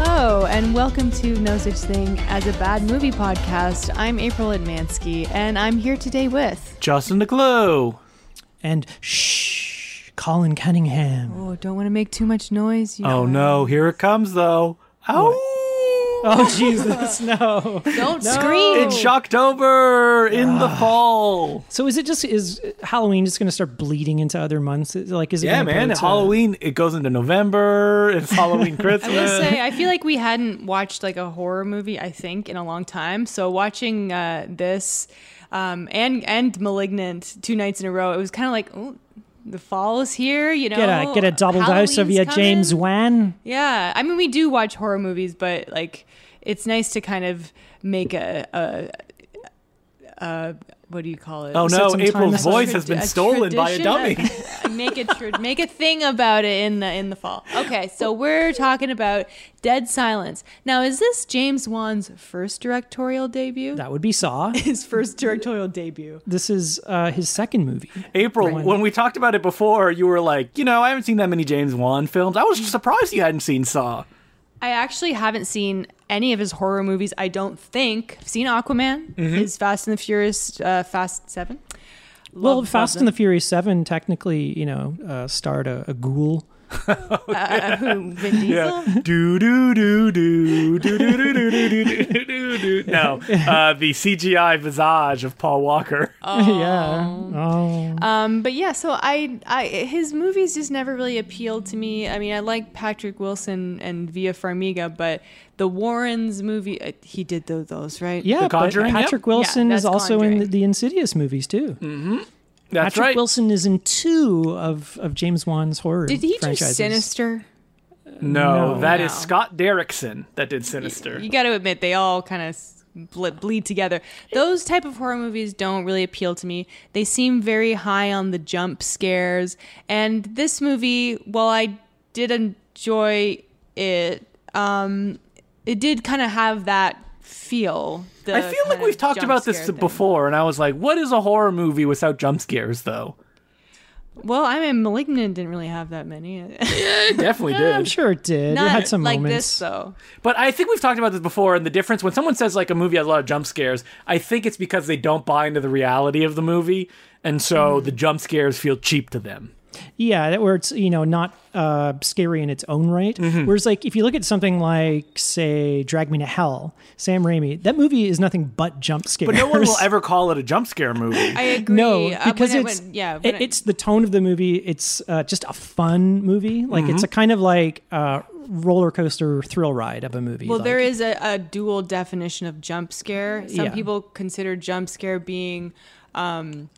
and welcome to No Such Thing as a Bad Movie podcast. I'm April Admansky, and I'm here today with. Justin DeClue. and shh, Colin Cunningham. Oh, don't want to make too much noise. You Oh guys. no, here it comes though. Ow! Oh Jesus, no! Don't scream. Oh. It's Shocktober in Ah. the fall. So is it just is Halloween just going to start bleeding into other months? Is- Like is it? Yeah, gonna go man. to- Halloween. It goes into November. It's Halloween I Christmas. will say, I feel like we hadn't watched like a horror movie, I think, in a long time. So watching uh, this um, and and *Malignant* two nights in a row, it was kind of like, oh, the fall is here. You know, Get a get a double dose of Oh, Halloween's your coming. James Wan. Yeah, I mean, we do watch horror movies, but like, it's nice to kind of make a. a uh, what do you call it? oh no, sometime April's this- voice has been Tradi- a stolen by a dummy. tradition. uh, make a tr- make a thing about it in the in the fall. Okay, so we're talking about Dead Silence. Now, is this James Wan's first directorial debut? That would be Saw. His first directorial debut. This is uh, his second movie. April, when we talked about it before, you were like, you know, I haven't seen that many James Wan films. I was surprised you hadn't seen Saw. I actually haven't seen any of his horror movies. I don't think. I've seen Aquaman, Mm-hmm. his Fast and the Furious, uh, Fast Seven. Well, Love Fast them. and the Furious Seven technically, you know, uh, starred a, a ghoul. Uh, who? Vin Diesel. do do do do do do do do do do do do do. No, uh, the CGI visage of Paul Walker. Uh, yeah. Oh. Um, but yeah, so I, I his movies just never really appealed to me. I mean, I like Patrick Wilson and Via Farmiga, but the Warrens movie uh, he did tho- those right. yeah, but Conjuring, yep. Mm, Patrick Wilson Yeah, is that's also in the, Conjuring. the Insidious movies too. That's Patrick right. Wilson is in two of, of James Wan's horror. Did he do franchises. Sinister? No, No. that is No. Scott Derrickson that did Sinister. You got to admit they all kind of bl- bleed together. Those type of horror movies don't really appeal to me. They seem very high on the jump scares, and this movie, while I did enjoy it, um, it did kind of have that feel. the I feel like kinda we've talked jump about this scare thing. before, and I was like, what is a horror movie without jump scares, though? Well, I mean, *Malignant* didn't really have that many. It definitely Yeah, I'm did. sure it did. Not it had some like moments. this though. But I think we've talked about this before, and the difference when someone says like a movie has a lot of jump scares, I think it's because they don't buy into the reality of the movie, and Hmm. so the jump scares feel cheap to them. Yeah, that where it's you know not uh, scary in its own right. Whereas like if you look at something like say Drag Me to Hell, Sam Raimi, that movie is nothing but jump scares. But no one will ever call it a jump scare movie. I agree. No, Uh, when because I it's went- yeah, when it- I- it's the tone of the movie. It's uh, just a fun movie. Like it's a kind of like uh, roller coaster thrill ride of a movie. Well, like, there is a, a dual definition of jump scare. Some Yeah. people consider jump scare being um,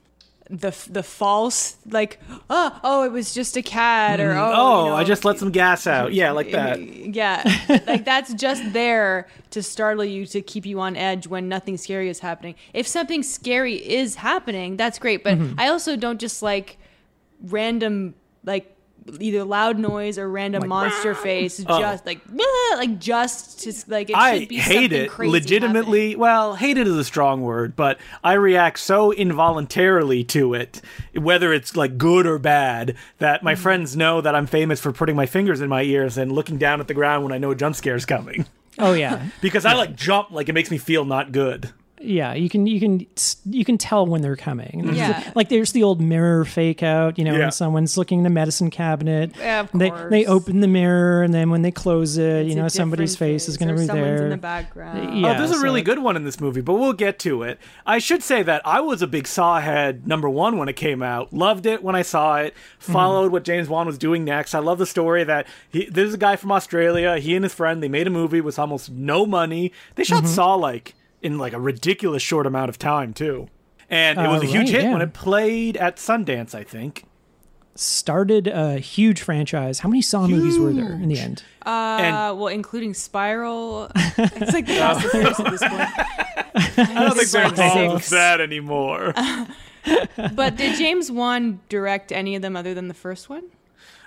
the the false, like oh oh it was just a cat or oh, oh, you know, I just let some gas out. Yeah, like that. yeah, like that's just there to startle you to keep you on edge when nothing scary is happening. If something scary is happening, that's great. But Mm-hmm. I also don't just like random like either loud noise or random monster face just like "Wah!" like just just like it Uh, I should be hate something it crazy legitimately. Well, hate it is a strong word, but I react so involuntarily to it, whether it's like good or bad, that Mm. my friends know that I'm famous for putting my fingers in my ears and looking down at the ground when I know a jump scare's coming. oh yeah, Because I like jump, like it makes me feel not good. yeah. You can you can s- you can tell when they're coming. There's Yeah. the- like there's the old mirror fake out. You know, Yeah. when someone's looking in a medicine cabinet. Yeah, of they course. they open the mirror and then when they close it, happening. you It's a know somebody's different face is going or to be someone's there. in the background. oh, Yeah. there's a so- really good one in this movie, but we'll get to it. I should say that I was a big Saw head number one when it came out. Loved it when I saw it. Mhm. Followed what James Wan was doing next. I love the story that he, there's a guy from Australia. He and his friend they made a movie with almost no money. They Mhm. shot Saw like in like a ridiculous short amount of time too, and it was Uh, a huge hit right, when yeah. it played at Sundance, I think. Started a huge franchise. How many Saw movies were there in the end? Uh, And- well, including Spiral. It's like the Fast and Furious at this point. I don't think they're like involved with six. that anymore. But did James Wan direct any of them other than the first one?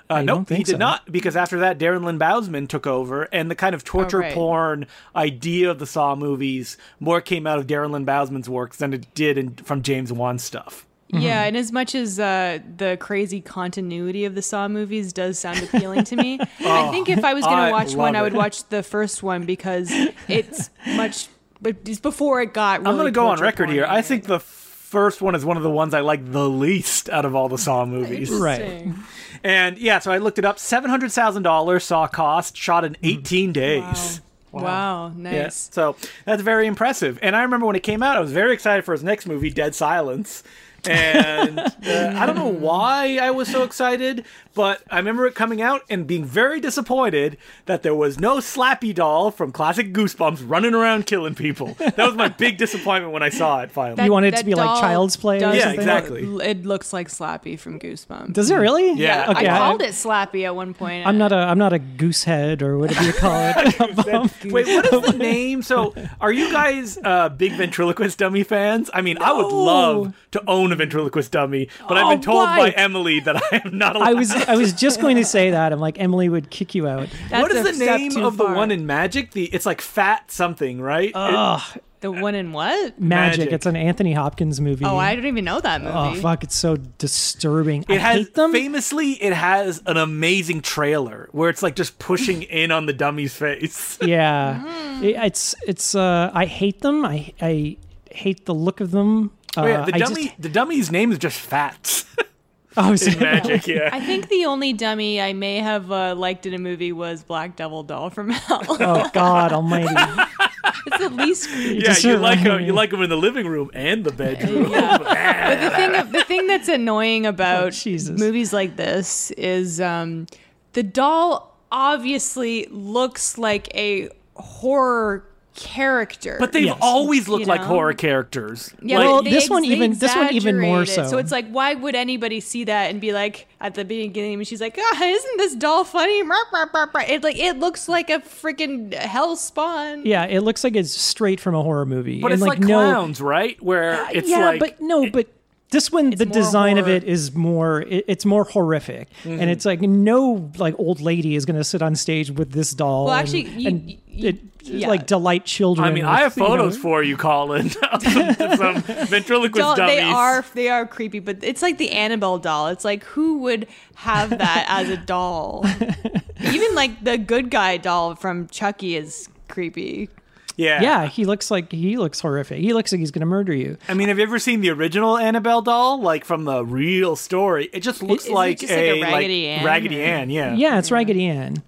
Uh, I nope, don't he think did so. not, because after that, Darren Lynn Bousman took over, and the kind of torture Oh, right. porn idea of the Saw movies more came out of Darren Lynn Bousman's works than it did in, from James Wan's stuff. Yeah, and as much as uh, the crazy continuity of the Saw movies does sound appealing to me, I think if I was going Oh, I to watch one, love I would it. watch the first one because it's much, but it's before it got. Really I'm going to go on torture record here. I porny. think the first one is one of the ones I like the least out of all the Saw movies. Right. Interesting. And yeah, so I looked it up. Seven hundred thousand dollars saw cost, shot in eighteen days. Mm. Wow. Yeah, nice. so that's very impressive. And I remember when it came out, I was very excited for his next movie, Dead Silence. And uh, I don't know why I was so excited, but I remember it coming out and being very disappointed that there was no Slappy doll from classic Goosebumps running around killing people. That was my big disappointment when I saw it finally. That- You want it to that be like doll Child's Play or does Yeah, look- exactly. It looks like Slappy from Goosebumps. Does it really? Yeah. Okay. I I called it Slappy at one point. am not a I'm not a goose head or whatever you call it. Um, Wait, what is the name? So, are you guys uh, big ventriloquist dummy fans? I mean, I would love to own a ventriloquist dummy, but I've been Oh, told by why? Emily that I am not allowed. I was I was just going to say that. I'm like Emily would kick you out. That's what is a the step name too of the far. one in Magic? The it's like fat something, right? Uh, It- the one in what? Magic. Magic. It's an Anthony Hopkins movie. Oh, I don't even know that movie. Oh fuck! It's so disturbing. it, I has hate them. famously it has an amazing trailer where it's like just pushing in on the dummy's face. yeah, Mm-hmm. It- it's it's. Uh, I hate them. I I hate the look of them. Uh, Oh, yeah, the I just- dummy the dummy's name is just Fats. oh, so- Magic, yeah. I think the only dummy I may have uh, liked in a movie was Black Devil Doll from Hell. oh God Almighty! it's the least. creepy. Yeah, just you like reminded him. You me. like him in the living room and the bedroom. But the thing, the thing that's annoying about Oh, Jesus. movies like this is um, the doll obviously looks like a horror character. But they've Yes. always looked like know? horror characters. Yeah, Like, but Well, they this one they even- this one even more exaggerate it. so. So it's like, why would anybody see that and be like, at the beginning, and she's like, ah, isn't this doll funny? It like it looks like a freaking hell spawn. Yeah, it looks like it's straight from a horror movie. but and it's like, like, no, Uh, clowns, right? Where it's yeah, like but no, but this one, the more design of horror. it is more. It, it's more horrific, Mm-hmm. and it's like no, like old lady is going to sit on stage with this doll. Well, and- actually, you- and you- you- it, yeah. like delight children. I mean, with, I have you know- photos for you, Colin, of some, some ventriloquist Doll- dummies. they are they are creepy, but it's like the Annabelle doll. It's like who would have that as a doll? Even like the good guy doll from Chucky is creepy. Yeah. yeah, he looks like he looks horrific. He looks like he's going to murder you. I mean, have you ever seen the original Annabelle doll? Like from the real story, it just looks isn't it like, just like a Raggedy like, Ann Raggedy or- Ann, yeah. Yeah, it's Raggedy Ann.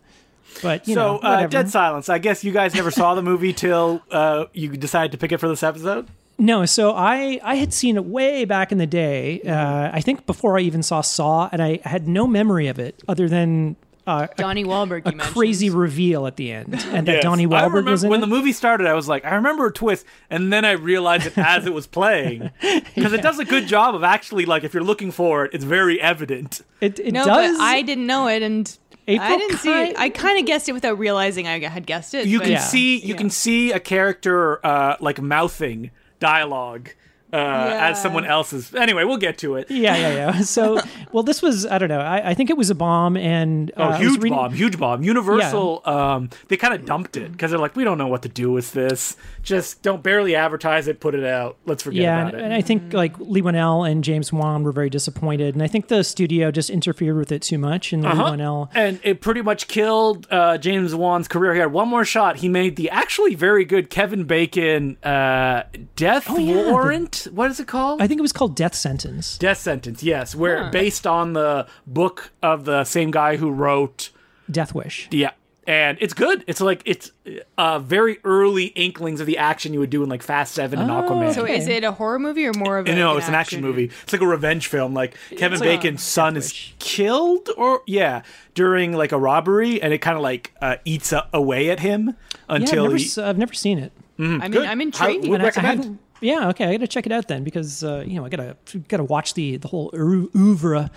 But you So, know, uh, whatever. Dead Silence. I guess you guys never saw the movie till uh, you decided to pick it for this episode. No, so I I had seen it way back in the day. Mm-hmm. Uh, I think before I even saw Saw, and I had no memory of it other than uh, a, Donnie Wahlberg, a you mentioned. crazy reveal at the end, and that Yes. Donnie I Wahlberg remember was in when it. the movie started. I was like, I remember a twist, and then I realized it as it was playing because it does a good job of actually like if you're looking for it, it's very evident. It, it No, does. but I didn't know it, and I April didn't see. kind- It. I kind of guessed it without realizing I had guessed it. You but- can Yeah. see you can see a character uh, like mouthing dialogue uh, as someone else's. Anyway, we'll get to it. yeah, yeah, yeah. So, well, this was I don't know. I, I think it was a bomb, and uh, Oh, I was huge reading- bomb! Huge bomb! Universal, um, they kind of dumped it because they're like, we don't know what to do with this. Just don't barely advertise it, put it out. Let's forget Yeah, about and, it. and I think Mm-hmm. like Lee Winnell and James Wan were very disappointed, and I think the studio just interfered with it too much. And Uh-huh. Lee Winnell, and it pretty much killed uh, James Wan's career. He had one more shot. He made the actually very good Kevin Bacon uh, death Oh, yeah, the- warrant. what is it called? I think it was called Death Sentence. death sentence. Yes, where based on the book of the same guy who wrote. Death Wish. Yeah, and it's good. It's like it's uh, very early inklings of the action you would do in like Fast Seven Oh, and Aquaman. So is it a horror movie or more of a, no, it's an action movie. It's like a revenge film. Like Kevin like Bacon's son is killed, or yeah, during like a robbery, and it kind of like uh, eats a- away at him Yeah, I've until never, he. s- I've never seen it. I mean, Hmm, Good. I'm How- intrigued. would And I- I recommend. haven't- yeah, okay, I gotta check it out then because uh, you know I gotta gotta watch the the whole ou- oeuvre.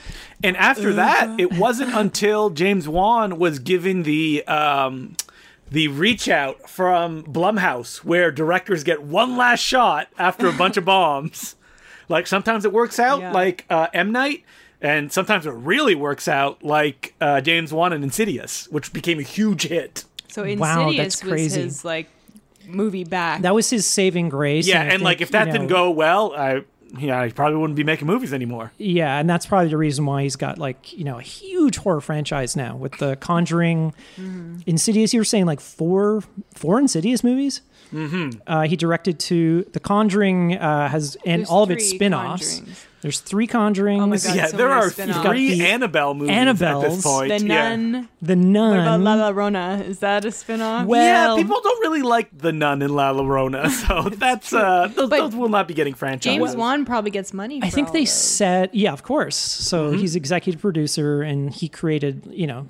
And Uh-huh. after that, it wasn't until James Wan was given the um, the reach out from Blumhouse, where directors get one last shot after a bunch of bombs. Like sometimes it works out, Yeah. like uh, M Night, and sometimes it really works out, like uh, James Wan and Insidious, which became a huge hit. So Wow, Insidious that's was crazy. his like movie back. That was his saving grace. Yeah, I and like think, if that you didn't know, go well, I yeah, he probably wouldn't be making movies anymore. Yeah, and that's probably the reason why he's got like you know a huge horror franchise now with the Conjuring, Mm-hmm. Insidious. You were saying like four four Insidious movies. Mm-hmm. Uh, he directed to the Conjuring uh, has and There's all of its three spin-offs. Conjurings. Oh There's three Conjurings. God. yeah, so there many are spin-offs. You've three got the Annabelle movies at Annabelles, this point. The yeah. Nun. The What about Nun. La Llorona? Is that a spinoff? Well- yeah, people don't really like the nun in La Llorona, so that's uh, those, But those will not be getting franchises. James Wan probably gets money. I for think all they those. said, yeah, of course. So Mm-hmm. he's executive producer and he created, you know,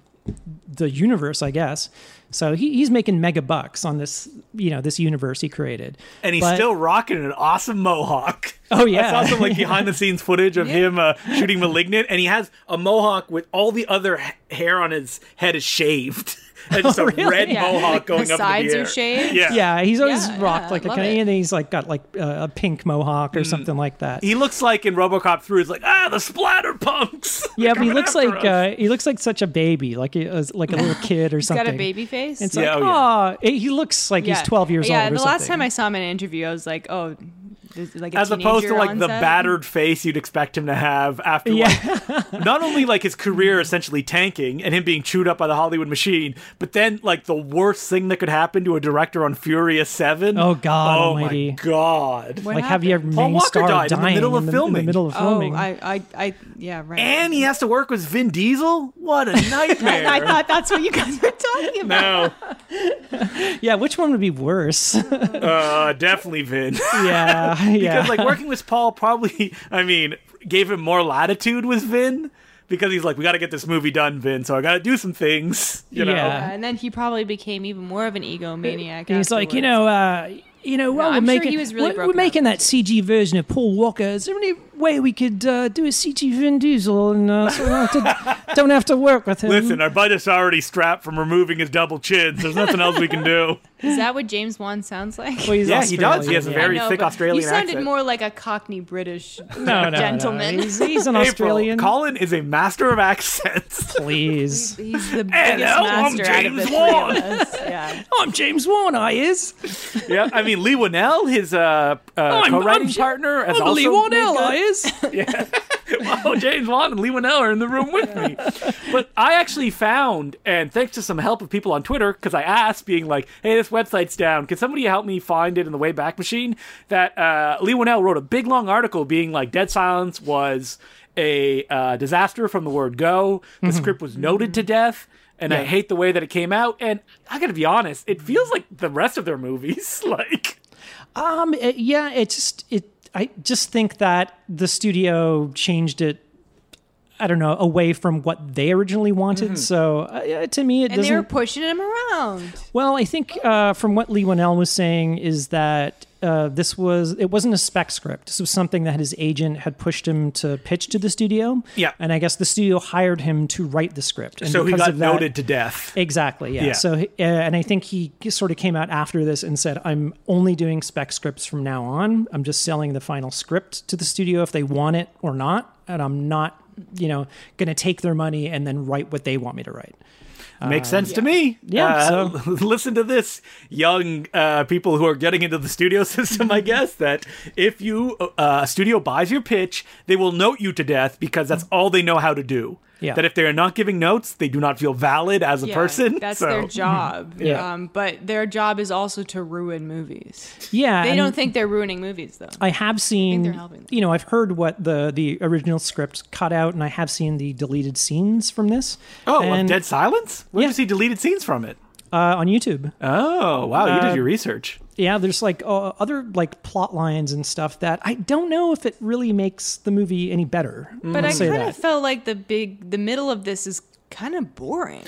the universe, I guess. So he, he's making mega bucks on this, you know, this universe he created. and he's But- still rocking an awesome mohawk. Oh, yeah. I saw some like behind the scenes footage of him uh, shooting *Malignant*, and he has a mohawk with all the other h- hair on his head is shaved, and just a really? red Yeah, mohawk like the going up sides into the are air. shaved. Yeah. Yeah, he's always Yeah, rocked yeah, like a love kind of, it. and he's like got like a a pink mohawk or something like that. Mm. he looks like in RoboCop 3. It's like ah, the splatter punks. yeah, but he Coming looks after like us. uh, he looks like such a baby, like he, uh, like a little kid or He's something. got a baby face. It's Yeah, like, oh, yeah. oh, he looks like he's 12 years yeah, old. or the last something. time I saw him in an interview, I was like, oh, this is like a as opposed to teenager like on the set. battered face you'd expect him to have after like, not only like his career essentially tanking and him being chewed up by the Hollywood machine, but then like the worst thing that could happen to a director on Furious Seven. Oh, God Oh almighty. my God! What like have you ever happened? Paul main Walker star died in the dying middle of in the, In filming. the middle of filming. Oh, I, I, I, yeah, right. And he has to work with Vin Diesel. What a nightmare! I thought that's what you guys were talking about. no, Yeah, which one would be worse? uh, definitely Vin. yeah, yeah. because like working with Paul probably, I mean, gave him more latitude with Vin because he's like, we got to get this movie done, Vin. So I got to do some things, you know. Yeah. Yeah, and then he probably became even more of an egomaniac. And he's like, you know, uh, you know, well, I'm we're sure making he was really we're, we're broken making that CG version of Paul Walker. Is there any way we could uh, do a CG Vin Diesel and uh, so we don't, have to, don't have to work with him? Listen, our budget's already strapped from removing his double chin. There's nothing else we can do. is that what James Wan sounds like? Well, Oh, he's Yeah, he does. He has a Australian, very I know, thick but Australian You sounded accent. more like a Cockney British yeah. no, no, gentleman. No. He's, he's an Australian. April, Colin is a master of accents. Please, He's the biggest Hello, I'm master out of the James three of Wan. us. Yeah. I'm James Warren. I is. yeah, I mean Lee Winnell, his uh, uh, Oh, I'm- co-writing I'm- partner, as I'm also Lee Wardell. made I is. oh, James Wan and Lee Winnell are in the room with me. But I actually found, and thanks to some help of people on Twitter, because I asked, being like, hey, this website's down. Can somebody help me find it in the Wayback Machine? That uh, Lee Winnell wrote a big, long article being like, Dead Silence was a uh, disaster from the word go. The Mm-hmm. script was noted to death. And I hate the way that it came out. And I gotta be honest, it feels like the rest of their movies. like, Um. uh, yeah. It just. It. I just think that the studio changed it. I don't know, away from what they originally Mm-hmm. wanted. So uh, yeah, to me, it And they were doesn't. pushing him around. Well, I think uh, from what Lee Winnell was saying is that uh, this was it wasn't a spec script. This was something that his agent had pushed him to pitch to the studio. Yeah. and I guess the studio hired him to write the script. And so he because got of that- noted to death. Exactly. Yeah. Yeah. So, he- uh, and I think he sort of came out after this and said, "I'm only doing spec scripts from now on. I'm just selling the final script to the studio if they want it or not, and I'm not, you know, going to take their money and then write what they want me to write." Makes sense to me. Yeah, Uh, listen to this, young uh, people who are getting into the studio system. Mm-hmm. I guess that if you uh, a studio buys your pitch, they will note you to death because that's all they know how to do. Mm-hmm. Yeah. That if they are not giving notes, they do not feel valid as a Yeah, person. That's so. their job. Yeah. Um, but their job is also to ruin movies. Yeah, They and- don't think they're ruining movies, though. I have seen, they're helping them. you know, I've heard what the the original script cut out, and I have seen the deleted scenes from this. Oh, of and, Dead Silence. Where Yeah. does he deleted scenes from it? uh, on YouTube. Oh, wow! You Uh, did your research. Yeah, there's like uh, other like plot lines and stuff that I don't know if it really makes the movie any better. Mm-hmm. But I'll I say kind that. of felt like the big, the middle of this is kind of boring.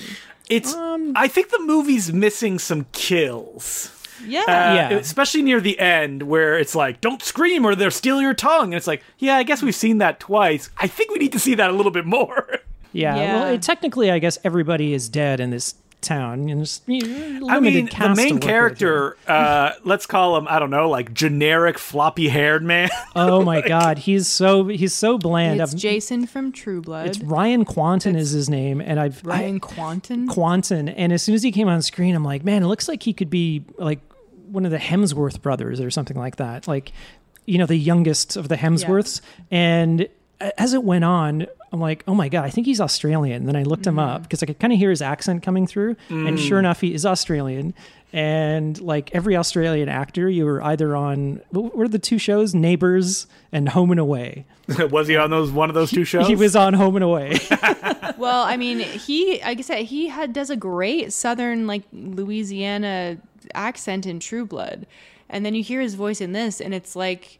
It's. um, I think the movie's missing some kills. Yeah. Uh, Yeah. Especially near the end where it's like, don't scream or they'll steal your tongue. And it's like, yeah, I guess we've seen that twice. I think we need to see that a little bit more. Yeah, well, Yeah. it, technically, I guess everybody is dead in this town, and it's you know, limited I mean, the cast to main work with. character, uh, let's call him, I don't know, like generic floppy haired man. Oh my god, he's so he's so bland. it's I've- Jason from True Blood. it's Ryan Quanton is his name, and I've I- Ryan Quanten. Quanten. And as soon as he came on screen, I'm like, man, it looks like he could be like one of the Hemsworth brothers or something like that. Like, you know the youngest of the Hemsworths, and a- as it went on, I'm like, oh my god, I think he's Australian. And then I looked him up because I could kind of hear his accent coming through, and sure enough, he is Australian. And like every Australian actor, you were either on what were the two shows, Neighbours and Home and Away. was he on those one of those two shows? He was on Home and Away. Well, I mean, he like I said, he had does a great Southern like Louisiana accent in True Blood, and then you hear his voice in this, and it's like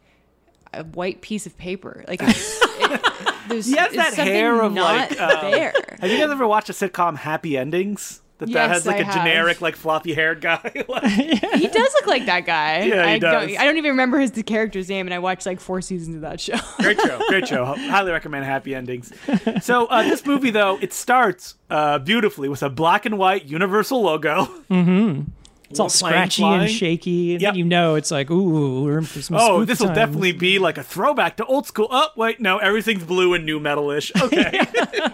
a white piece of paper. Like it's, it, there's He has it's that something hair of, not like, um, there. Have you guys ever watched a sitcom Happy Endings? That that Yes, has like I a have. generic like floppy haired guy. like, He does look like that guy. Yeah, he I does. Don't, I don't even remember his the character's name, and I watched like four seasons of that show. great show, great show. Highly recommend Happy Endings. So uh, this movie though, it starts uh, beautifully with a black and white Universal logo. It's all Little plane scratchy flying. and shaky, and Yep. then you know it's like, ooh, we're in for some. Oh, spook this will times. definitely be like a throwback to old school. Oh wait, no, everything's blue and new metalish. Okay,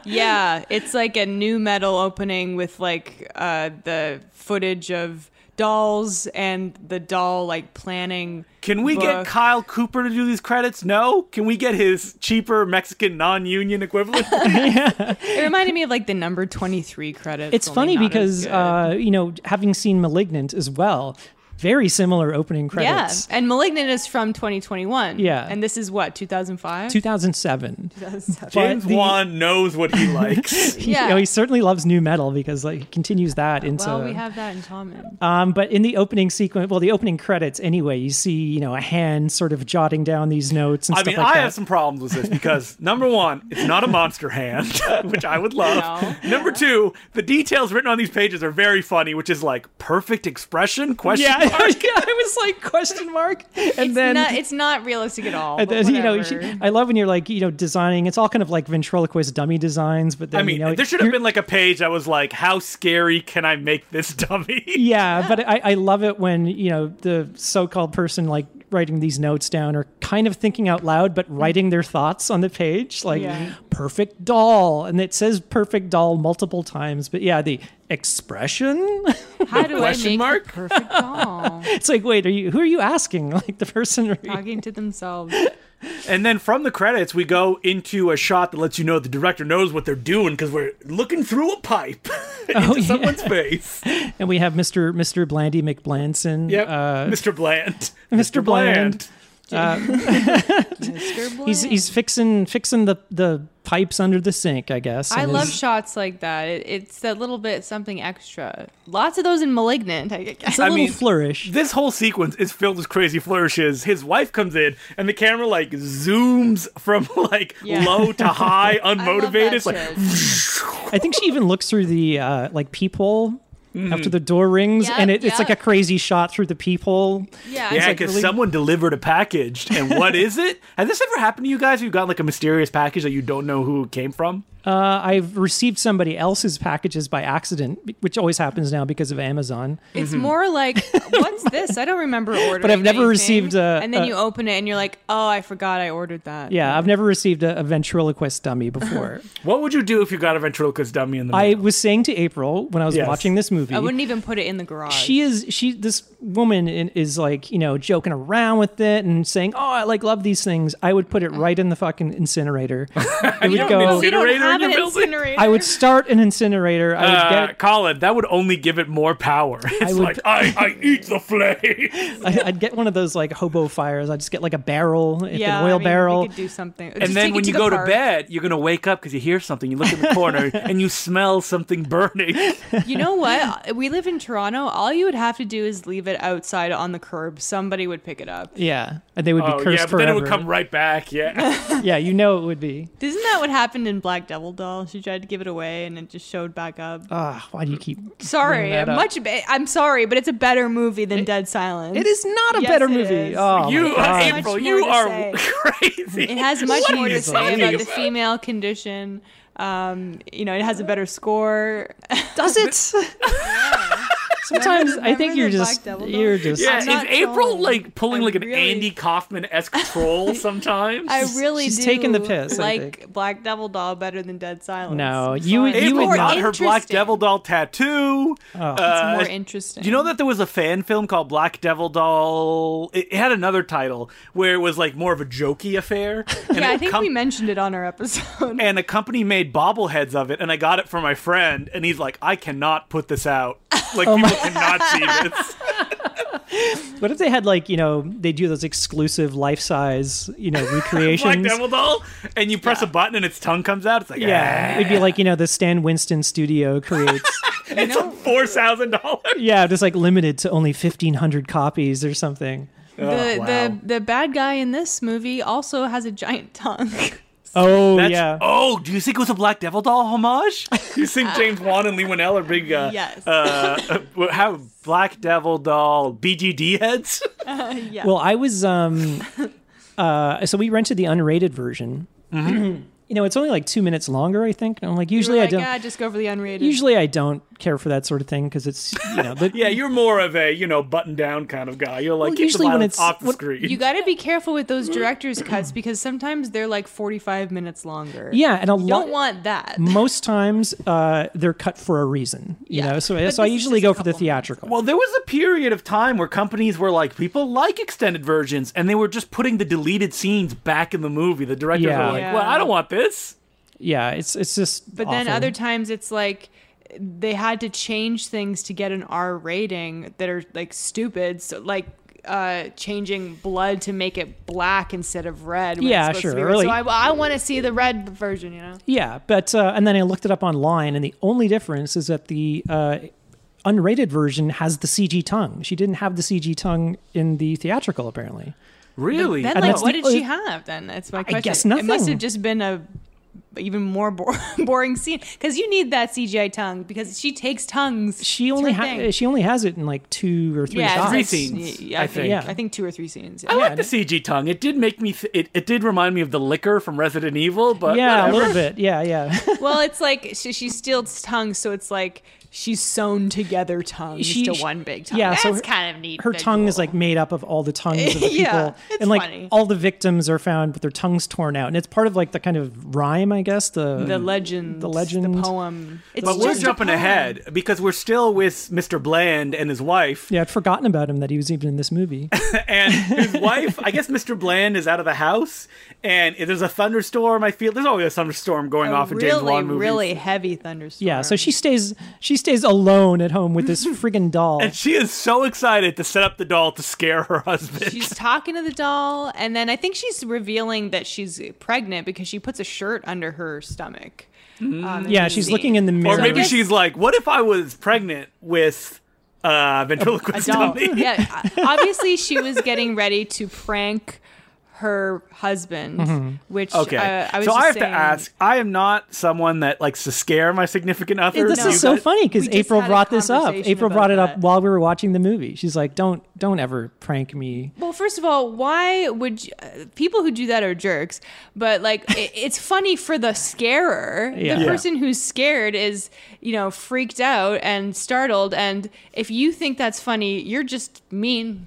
yeah, it's like a new metal opening with like uh, the footage of dolls and the doll like planning. can we get book. Kyle Cooper to do these credits? No, can we get his cheaper Mexican non-union equivalent? It reminded me of like the number 23 credits. It's only funny not as because good. uh, you know, having seen *Malignant* as well, very similar opening yeah, credits. and Malignant is from 2021. Yeah. And this is what 2005? 2007. James But the- Wan knows what he likes. Yeah. You know, he certainly loves new metal because like he continues that into. well, we have that in common. um, but in the opening sequence, well, the opening credits anyway, you see, you know, a hand sort of jotting down these notes and I stuff mean, like I that. have some problems with this because number one, it's not a monster hand, which I would love. No. Number two, the details written on these pages are very funny, which is like perfect expression question. yeah, mark. I was like question mark, and it's, then not, it's not realistic at all. And but then, you know, whatever. she- I love when you're like, you know, designing. It's all kind of like ventriloquist dummy designs, but then I mean, you know, there should have you're- been like a page that was like, "How scary can I make this dummy?" Yeah, but I, I love it when you know the so-called person like writing these notes down or kind of thinking out loud, but writing their thoughts on the page, like Yeah. perfect doll, and it says perfect doll multiple times. But yeah, the expression. How do I Question make mark? the perfect doll? it's like, wait, are you? Who are you asking? Like the person. Talking to themselves. And then from the credits, we go into a shot that lets you know the director knows what they're doing because we're looking through a pipe into Oh, yeah. someone's face. And we have Mr. Mr. Blandy McBlanson. Yep, Uh, Mr. Bland. Mr. Mr. Bland. Bland. he's he's fixing fixing the the pipes under the sink. I guess. I and love is- shots like that. It, it's that little bit something extra. Lots of those in Malignant, I guess. It's a I little mean, flourish. This whole sequence is filled with crazy flourishes. His wife comes in, and the camera like zooms from like Yeah. low to high, I love unmotivated. that It's like shit. I think she even looks through the uh, like peephole Mm-hmm. after the door rings, Yep, and it, it's like a yep. crazy shot through the peephole. yeah, yeah, like because really- someone delivered a package, and what is it? Has this ever happened to you guys? You got like a mysterious package that you don't know who it came from. Uh, I've received somebody else's packages by accident, which always happens now because of Amazon. It's more like, what's this? I don't remember ordering. Mm-hmm. But I've never anything." received a- And then a- you open it and you're like, oh, I forgot I ordered that. Yeah, I've never received a, a ventriloquist dummy before. What would you do if you got a ventriloquist dummy in the? I mail? was saying to April when I was Yes. watching this movie. I wouldn't even put it in the garage. she is she this woman in- is like you know joking around with it and saying oh i like love these things i would put it right in the fucking incinerator it would Uh-huh. don't go We don't Incinerator in have your an building? incinerator. i would start an incinerator i would Uh, get Colin, that would only give it more power. It's would- like I, I eat the flame, I, I'd get one of those like hobo fires. I'd just get like a barrel, like yeah, an oil I mean, barrel. We could do something. and then when you go to bed, you're gonna wake up because you hear something. You look in the corner and you smell something burning. you know what? Uh, We live in Toronto. All you would have to do is leave it outside on the curb. Somebody would pick it up. yeah, and they would be Oh cursed yeah, but forever. then it would come right back. Yeah, yeah, you know it would be. Isn't that what happened in Black Devil Doll? She tried to give it away and it just showed back up. Ah, why do you keep? sorry, that up. much. Ba- I'm sorry, but it's a better movie than Dead Silence. It is not a Yes, better it movie. is. Oh, you, uh, God. April, Much you more to are say. crazy. It has much What are more you to say talking about the female condition. Um, you know, it has a better score. does it? Sometimes Remember- I think remember you're the Black just Devil, though? you're just I'm Yeah, is not April trolling. like pulling I like an really- Andy Kaufman esque troll sometimes? I really she's do taking the piss, I like think. Black Devil Doll better than Dead Silence. No, I'm you would- sorry. you April would not- got her Black Interesting. Oh, Devil doll tattoo. It's Uh, more interesting. Do you know that there was a fan film called Black Devil Doll? It, it had another title where it was like more of a jokey affair. And Yeah, it I think com- Oh, we mentioned it on our episode. and a company made bobbleheads of it, and I got it for my friend, and he's like, "I cannot put this out. Oh Like people cannot see this." What if they had like you know they do those exclusive life size you know Black recreations? Devil Doll, and you press a button, and its tongue comes out. It's like, "Ah." yeah, yeah, it'd be like you know the Stan Winston studio creates. it's a four thousand dollars. yeah, just like limited to only fifteen hundred copies or something. the, wow. the the bad guy in this movie also has a giant tongue. Oh That's, yeah. Oh, do you think it was a Black Devil Doll homage? you think James Wan and Lee Winnell are big? Uh, Yes. Uh, uh, how Black Devil Doll BGD heads? yeah. Well, I was um uh so we rented the unrated version. Mm-hmm. you know, it's only like 2 minutes longer, I think. And I'm like You were usually like, I don't yeah, just go for the unrated. usually I don't care for that sort of thing cuz it's you know, the, yeah, you're more of a you know button down kind of guy. You're like Well, keep usually the when violence it's- off the when- screen. you got to be careful with those director's cuts because sometimes they're like 45 minutes longer. yeah, and a You lot don't want that. most times uh they're cut for a reason, you Yeah. know. So But so I this is usually just a go for the couple minutes. theatrical. Well, there was a period of time where companies were like, people like extended versions, and they were just putting the deleted scenes back in the movie. The directors Yeah. were like, Yeah. well, I don't want this. yeah, it's it's just But then awful. other times it's like they had to change things to get an R rating that are like stupid. So like uh, changing blood to make it black instead of red. when it's Yeah, supposed to sure, be or red. So I, like- I want to see the red version. You know. Yeah, but uh, and then I looked it up online, and the only difference is that the uh, unrated version has the CG tongue. She didn't have the CG tongue in the theatrical, apparently. Really? Then And like, that's what the- did she have? Then that's my question. guess It must nothing. have just been a even more bor- boring scene because you need that CGI tongue because she takes tongues. She It's only her thing. ha- uh, she only has it in like two or three yeah, shots. Three it's- scenes, Yeah, I I think. think. I think two or three scenes. yeah. I like Yeah, the CG tongue. It did make me. Th- it, it did remind me of the liquor from Resident Evil, but Yeah, whatever. a little bit. Yeah, yeah. well, it's like she, she steals tongues, so it's like she's sewn together tongues She- to she- one big tongue. yeah, That's so her- kind of neat. Her tongue is visual. like made up of all the tongues of the people, Yeah, it's and like funny. all the victims are found with their tongues torn out, and it's part of like the kind of rhyme, I guess. The the legend, the legend. the poem. It's But we're just a jumping poem. ahead because we're still with Mr. Bland and his wife. Yeah, I'd forgotten about him that he was even in this movie. and his wife, I guess Mr. Bland is out of the house, and if there's a thunderstorm. I feel there's always a thunderstorm going A off in James Oh, really, Wan movies. really heavy thunderstorm. Yeah, so she stays she stays alone at home with this friggin' doll. And she is so excited to set up the doll to scare her husband. She's talking to the doll, and then I think she's revealing that she's pregnant because she puts a shirt under her stomach. um, in Yeah, the she's scene. looking in the mirror. Mm. or maybe Yes. she's like, "What if I was pregnant with uh, a ventriloquist doll. dummy?" yeah, o- obviously she was getting ready to prank her husband, Mm-hmm. which Okay, uh, I was so just I have to saying- ask. I am not someone that likes to scare my significant other. this No. You is so guys- funny because We just April had a brought this up. conversation April about brought it up that. while we were watching the movie. She's like, "Don't don't ever prank me." Well, first of all, why would you, uh, people who do that are jerks? But like, i it's funny for the scarer. Yeah. The Yeah. person who's scared is, you know, freaked out and startled. And if you think that's funny, you're just mean.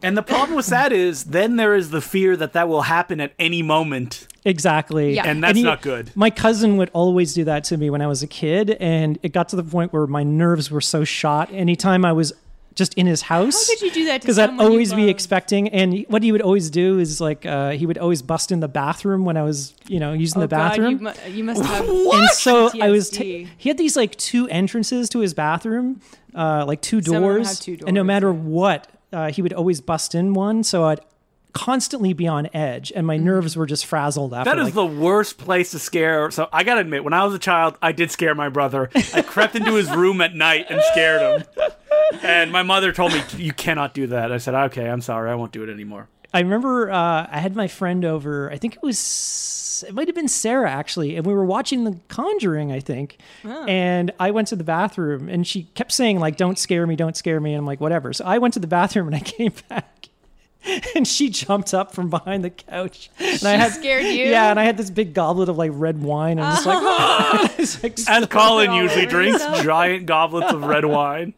And the problem with that is, then there is the fear that that will happen at any moment, Exactly. Yeah. and that's he- not good. My cousin would always do that to me when I was a kid, and it got to the point where my nerves were so shot. Anytime I was just in his house, could you do that to Because I'd someone you always be love? expecting, and he- what he would always do is like uh, he would always bust in the bathroom when I was, you know, using the Oh, God, bathroom. you, mu- you must have. And so I was. PTSD. ta- he had these like two entrances to his bathroom, uh, like two Some of them doors, have two and no doors, matter what, uh, he would always bust in one. So I'd constantly be on edge, and my Mm-hmm. nerves were just frazzled after. That is like- the worst place to scare. So I gotta admit, when I was a child, I did scare my brother. I crept into his room at night and scared him. And my mother told me, "You cannot do that." I said, "Okay, I'm sorry. I won't do it anymore." I remember uh, I had my friend over. I think it was it might have been Sarah actually, and we were watching The Conjuring. I think, Oh. and I went to the bathroom, and she kept saying like, "Don't scare me, don't scare me," and I'm like, "Whatever." So I went to the bathroom, and I came back. And she jumped up from behind the couch. And I had, scared you? Yeah, and I had this big goblet of like red wine. And I'm just like, it's like As it Colin all usually over drinks yourself. giant goblets of red wine.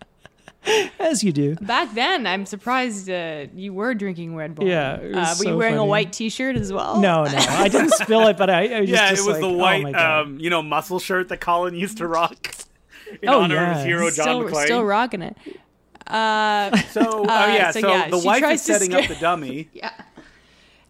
as you do. Back then, I'm surprised uh, you were drinking Red Bull. Yeah, uh, it were was you so wearing a funny. white T-shirt as well? No, no, I didn't spill it, but I, I was yeah, it just was like, the oh, my white, God. um, you know, muscle shirt that Colin used to rock in Oh, honor of yeah. his hero John still, McClane. still rocking it. Uh, So, oh yeah, so so, yeah, the she wife tries is to setting up scare- the dummy.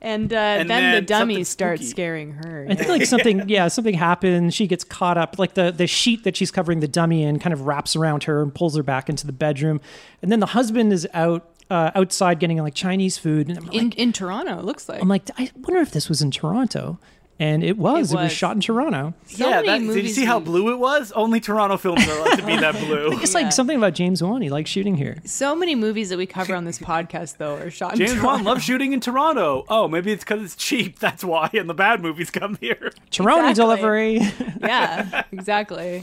and, uh, then, the then dummy something starts spooky. scaring her. I think like something, yeah, something happens. She gets caught up, like the the sheet that she's covering the dummy in, kind of wraps around her and pulls her back into the bedroom. And then the husband is out uh, outside getting like Chinese food, and I'm like, in in Toronto, it looks like. I'm like, I wonder if this was in Toronto, and it was. It was, was. shot in Toronto. So yeah, many that, did you movies see how we- blue it was? Only Toronto films are allowed to be that blue. It's Yeah. like something about James Wan. He likes shooting here. So many movies that we cover on this podcast, though, are shot in James Toronto. Wan loves shooting in Toronto. Oh, maybe it's because it's cheap. That's why. And the bad movies come here. Toronto Exactly. delivery. yeah, exactly.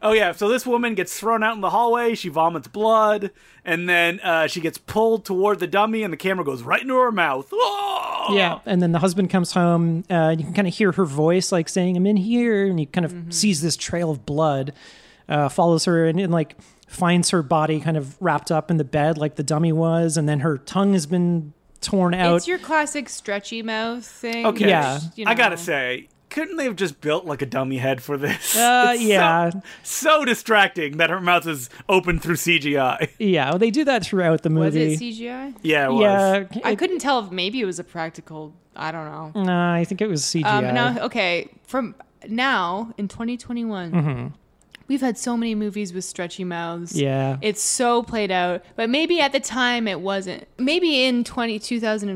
Oh yeah, so this woman gets thrown out in the hallway. She vomits blood, and then uh, she gets pulled toward the dummy, and the camera goes right into her mouth. Oh! Yeah, and then the husband comes home. Uh, and you can kind of hear her voice, like saying, "I'm in here," and he kind of Mm-hmm. sees this trail of blood, uh, follows her, and, and like finds her body kind of wrapped up in the bed, like the dummy was, and then her tongue has been torn out. It's your classic stretchy mouth thing. Okay. Yeah. you know. I gotta say, couldn't they have just built like a dummy head for this? Uh, It's so- yeah. So, distracting that her mouth is open through CGI. yeah, well, they do that throughout the movie. was it CGI? Yeah, it was. yeah, I it- couldn't tell if maybe it was a practical. I don't know. nah, I think it was CGI. Um, now, okay, from now in 2021, we've had so many movies with stretchy mouths. Yeah. It's so played out, but maybe at the time it wasn't. Maybe in 20,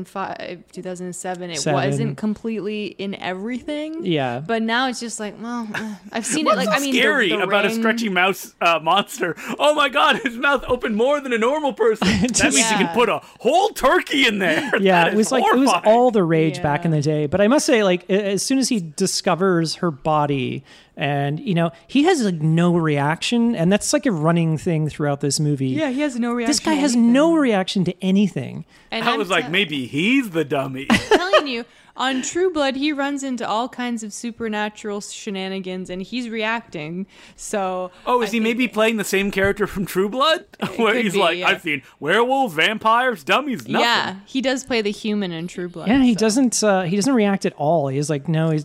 2005, 2007, it was Seven. wasn't completely in everything. Yeah. But now it's just like, well, uh, I've seen it. Like, I mean, the- Scary the about a Ring- stretchy mouse uh, monster. Oh my god, his mouth open more than a normal person. That means you Yeah. can put a whole turkey in there. yeah, That it is was like it was horrifying. all the rage back in Yeah. the day. But I must say, like a- as soon as he discovers her body, and you know, he has like no reaction, and that's like a running thing throughout this movie. Yeah, he has no reaction. this guy to has anything. no reaction to anything. And I I'm was like, tell- maybe he's the dummy. telling you, on True Blood, he runs into all kinds of supernatural shenanigans, and he's reacting. So, Oh, is I he think- maybe playing the same character from True Blood? Where could he's be, like, yeah. I've seen werewolves, vampires, dummies, nothing. Yeah, he does play the human in True Blood. Yeah, he so- doesn't. Uh, he doesn't react at all. He's like, no, he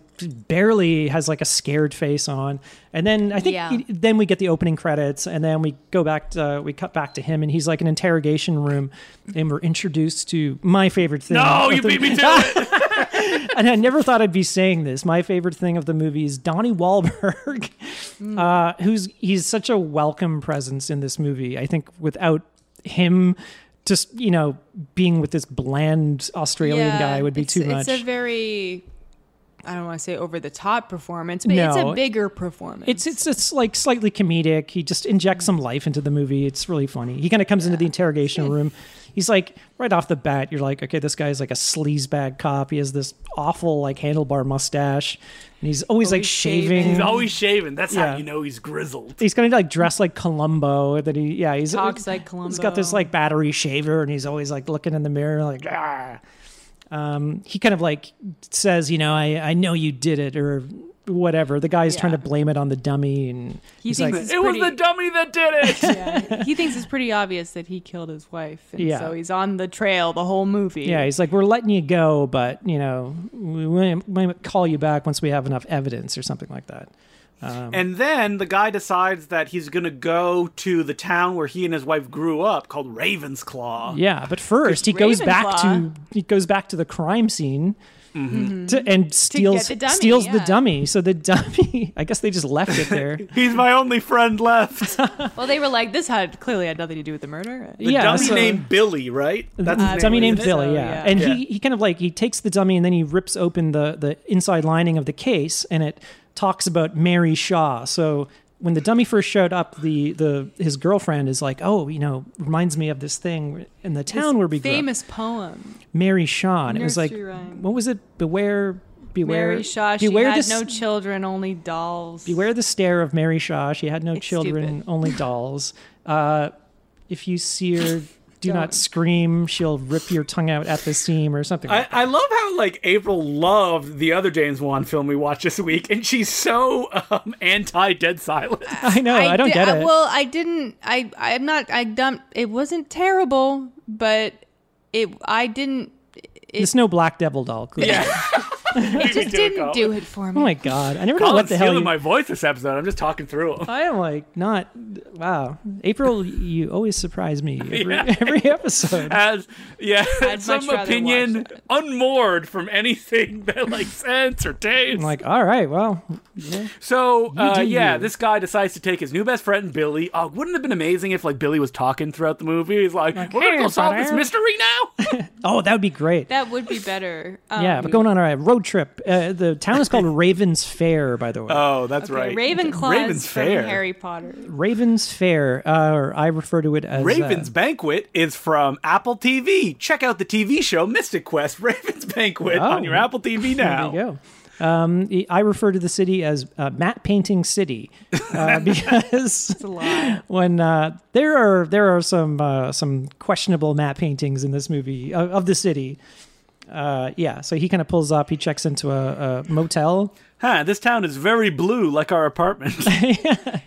barely has like a scared face on. And then I think Yeah. he- then we get the opening credits, and then we go back. To, we cut back to him, and he's like an interrogation room, and we're introduced to my favorite thing. No, of you the- beat me to it. and I never thought I'd be saying this. My favorite thing of the movie is Donnie Wahlberg, Hmm. uh, who's he's such a welcome presence in this movie. I think without him, just you know, being with this bland Australian Yeah, guy would be it's- too much. It's a very, I don't want to say over the top performance, but it's a No. bigger performance. it's it's it's like slightly comedic. He just injects some life into the movie. It's really funny. He kind of comes into the interrogation room. He's like right off the bat, you're like, okay, this guy's like a sleazebag cop. He has this awful like handlebar mustache, and he's always, like Always shaving. shaving. He's always shaven. That's Yeah. how you know he's grizzled. he's kind of like dressed like Columbo. and Then he yeah he's Talks like He's got this Columbo. like battery shaver, and he's always like looking in the mirror like ah. Um, he kind of like says, you know, I I know you did it or whatever. The guy's trying Yeah. to blame it on the dummy, and He he's thinks like, it's it pretty- was the dummy that did it. yeah, he thinks it's pretty obvious that he killed his wife, and Yeah. so he's on the trail the whole movie. yeah, he's like, we're letting you go, but you know, we we might call you back once we have enough evidence or something like that. and then the guy decides that he's going to go to the town where he and his wife grew up called Ravensclaw. Yeah, but first he goes back to Ravenclaw- he goes back to the crime scene to, and steals the dummy, steals the yeah. dummy. So the dummy, I guess they just left it there. He's my only friend left. The Well, they were like, this had clearly had nothing to do with the murder. yeah, dummy so- named Billy, right? That's his Uh, dummy named isn't it? Billy, So, yeah. yeah. And Yeah. he he kind of like he takes the dummy and then he rips open the the inside lining of the case and it talks about Mary Shaw. So when the dummy first showed up, the the his girlfriend is like, "Oh, you know, reminds me of this thing in the town where we grew up, famous poem. Mary Shaw." And it was like, nursery rhyme. what was it? Beware, beware, Mary Shaw. She beware had this- no children, only dolls. Beware the stare of Mary Shaw. She had no It's children, stupid. only dolls. Uh, if you see her, do not Don't. scream. She'll rip your tongue out at the seam or something. I, I love how like April loved the other James Wan film we watched this week, and she's so um, anti Dead Silence. I know. I, don't di- get I- it. Well, I didn't. I I'm not. I dumped. It wasn't terrible, but it. I didn't. It, it's no black devil doll. clearly. it just do it, didn't Colin. do it for Oh me. my god! I never know I'm what the hell. stealing You, my voice this episode. I'm just talking through them. I am like not. Wow, April, you always surprise me every, every episode. As yeah, I'd much some rather opinion watch unmoored from anything that like sense or taste. I'm like, all right, well, So uh, do yeah, you. this guy decides to take his new best friend Billy. Uh, Oh, wouldn't it have been amazing if like Billy was talking throughout the movie? He's like, "We're gonna "Hey, go solve this brother." mystery now." oh, that would be great. That would be better. Um, yeah, but going on a road trip. Uh, the town is called Ravens Fair, by the way. Uh, Oh, that's okay, right. Ravenclaw Raven's is from fair. Harry Potter. Ravens Fair, uh, or I refer to it as uh, Raven's Banquet is from Apple TV. Check out the TV show Mystic Quest Raven's Banquet Oh. on your Apple TV There now. you go. Um, I refer to the city as uh, matte painting city uh, because It's a lot. when uh, there are there are some uh, some questionable matte paintings in this movie uh, of the city. Uh, yeah, so he kind of pulls up. He checks into a, a motel. Huh, this town is very blue like our apartment.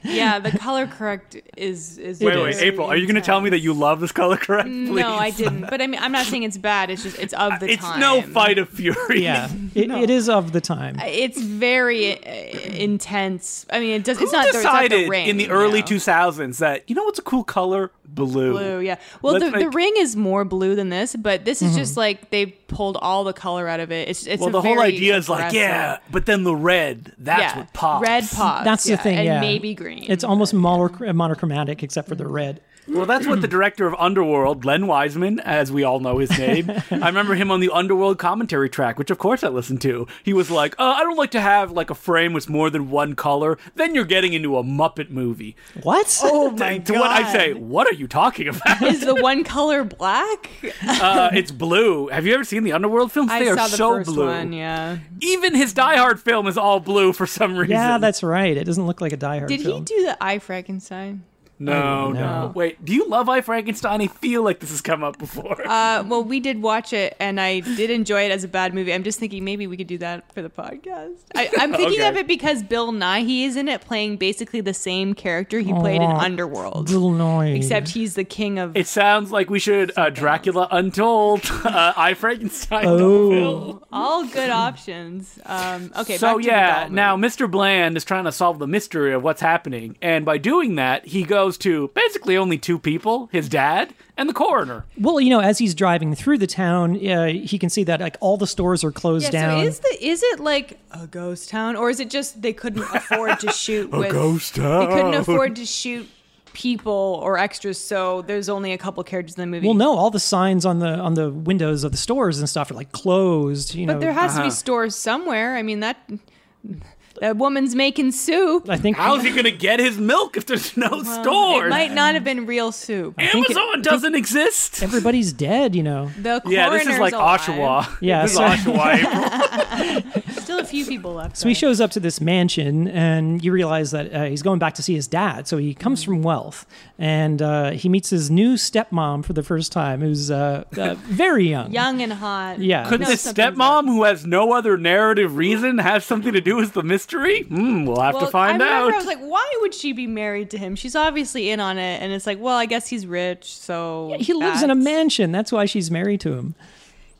Yeah, the color correct is is. wait, wait, April, are you going to tell me that you love this color correct? Please? No, I didn't. But I mean, I'm not saying it's bad. It's just it's of the It's time. no fight of fury. Yeah, it, it is of the time. It's very uh, intense. I mean, it does. it's Who not the- it's not decided the ring in the early two. 2000s that you know what's a cool color? Blue. blue. Yeah. Well, Let's the, the make- Mm-hmm. ring is more blue than this, but this is just like they pulled all the color out of it. It's it's Well, a the whole very idea is like, aggressive- yeah, but then the red, that's yeah, what pops. Red pops. That's the uh, yeah, thing. And yeah, maybe green. It's almost monoch- monochromatic except for the red. Well, that's what the director of Underworld, Len Wiseman, as we all know his name. I remember him on the Underworld commentary track, which of course I listened to. He was like, uh, "I don't like to have like a frame with more than one color. Then you're getting into a Muppet movie." What? Oh to, to what I say, what are you talking about? is the one color black? uh, it's blue. Have you ever seen the Underworld films? I they are saw the so first blue. one. Yeah. Even his Die Hard film is all blue for some reason. yeah, that's right. It doesn't look like a Die Hard Did film. he do the I Frankenstein? no, no, No. Wait, do you love I Frankenstein? I feel like this has come up before. Uh, well, we did watch it, and I did enjoy it as a bad movie. I'm just thinking maybe we could do that for the podcast. I, I'm thinking Okay. of it because Bill Nye he is in it, playing basically the same character he played in wow. Underworld. Little noise. Except he's the king of It sounds like we should uh, Dracula Untold, uh, I Frankenstein. Oh. all good options. Um, okay, So back to the yeah, doll now movie. Mr. Bland is trying to solve the mystery of what's happening, and by doing that, he goes to basically only two people: his dad and the coroner. Well, you know, as he's driving through the town, uh, he can see that like all the stores are closed yeah, down. so is the is it like a ghost town or is it just they couldn't afford to shoot with ghost They couldn't town. afford to shoot people or extras, so there's only a couple characters in the movie. well, no, all the signs on the on the windows of the stores and stuff are like closed. You know, but there has Uh-huh. to be stores somewhere. I mean that that woman's making soup. I think How's he gonna get his milk if there's no It stores? might not have been real soup. think it- Amazon doesn't exist. everybody's dead. You know, The Yeah, this is coroner's like alive. Oshawa. Yeah, this is so- Oshawa. April. Still a few people left. so he though. shows up to this mansion, and you realize that uh, he's going back to see his dad. So he comes Mm-hmm. from wealth, and uh, he meets his new stepmom for the first time, who's uh, uh, very young. young and hot. Yeah. Could No, this something's up. stepmom, who has no other narrative reason, have something to do with the mystery? Hmm, we'll have to find I remember out. I was like, why would she be married to him? She's obviously in on it, and it's like, well, I guess he's rich, so He lives in a that's- mansion. That's why she's married to him.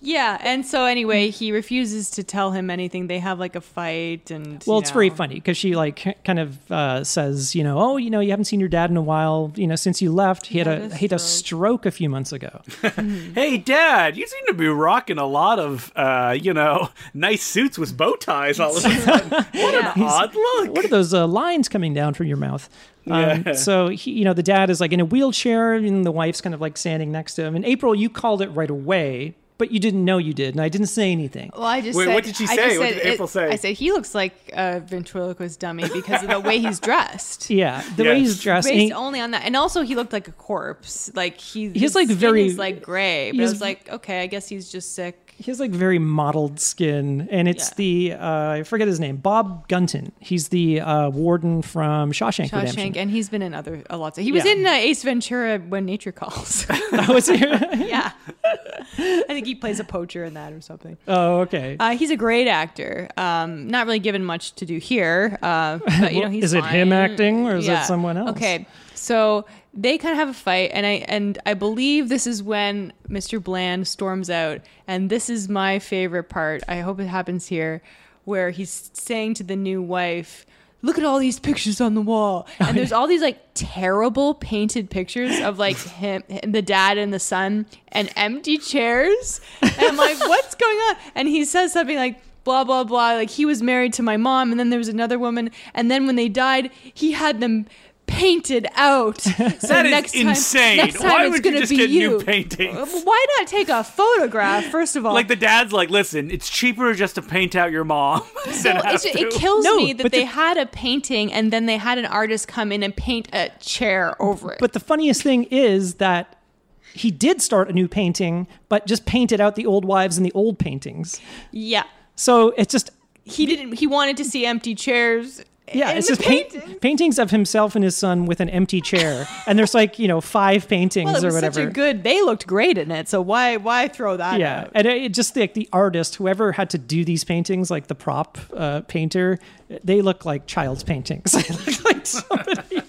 Yeah, and so anyway, he refuses to tell him anything. They have like a fight, and Well, you it's very know. funny because she like kind of uh, says, you know, oh, you know, you haven't seen your dad in a while, you know, since you left. He had, had a, a he had a stroke a few months ago. Hey, Dad, you seem to be rocking a lot of, uh, you know, nice suits with bow ties all of a sudden. What an odd look. what are those uh, lines coming down from your mouth? Um, So he, you know, the dad is like in a wheelchair, and the wife's kind of like standing next to him. And April, you called it right away, but you didn't know you did, and I didn't say anything. Well, I just Wait, said, what did she I just say? What said did April it- say? I said he looks like a ventriloquist dummy because of the way he's dressed. Yeah, the way he's Yes. dressed, and Based he, only on that, and also he looked like a corpse. Like he, He's, his like, skin very- is, like gray. But I he's- was like, okay, I guess he's just sick. he has like very mottled skin, and it's the uh, I forget his name, Bob Gunton. He's the uh, warden from Shawshank, Redemption. Shawshank, and he's been in other a lot. He was Yeah. in uh, Ace Ventura: When Nature Calls. That was it. yeah, I think he plays a poacher in that or something. oh, okay. Uh, he's a great actor. Um, not really given much to do here, uh, but you know he's. is it him fine. acting or is it Yeah. someone else? Okay, so they kind of have a fight, and I and I believe this is when Mr. Bland storms out, and this is my favorite part. I hope it happens here, where he's saying to the new wife. Look at all these pictures on the wall, and there's all these like terrible painted pictures of like him, the dad and the son, and empty chairs. And I'm like, what's going on? And he says something like, blah blah blah like he was married to my mom and then there was another woman and then when they died he had them painted out so That is next time, insane. next time Why it's would you gonna just be get you new paintings? Uh, why not take a photograph first of all Like the dad's like, listen, it's cheaper just to paint out your mom. than Well, have it's- it to." kills No, me that but they the- had a painting and then they had an artist come in and paint a chair over it But the funniest thing is that he did start a new painting, but just painted out the old wives in the old paintings. yeah So it's just he didn't he wanted to see empty chairs yeah, in it's the just paint- painting. paintings of himself and his son with an empty chair, and there's like you know five paintings well, it or was whatever. such a good. They looked great in it, so why why throw that? yeah, out? and it, it just like the artist, whoever had to do these paintings, like the prop uh, painter, they look like child's paintings. They look like somebody-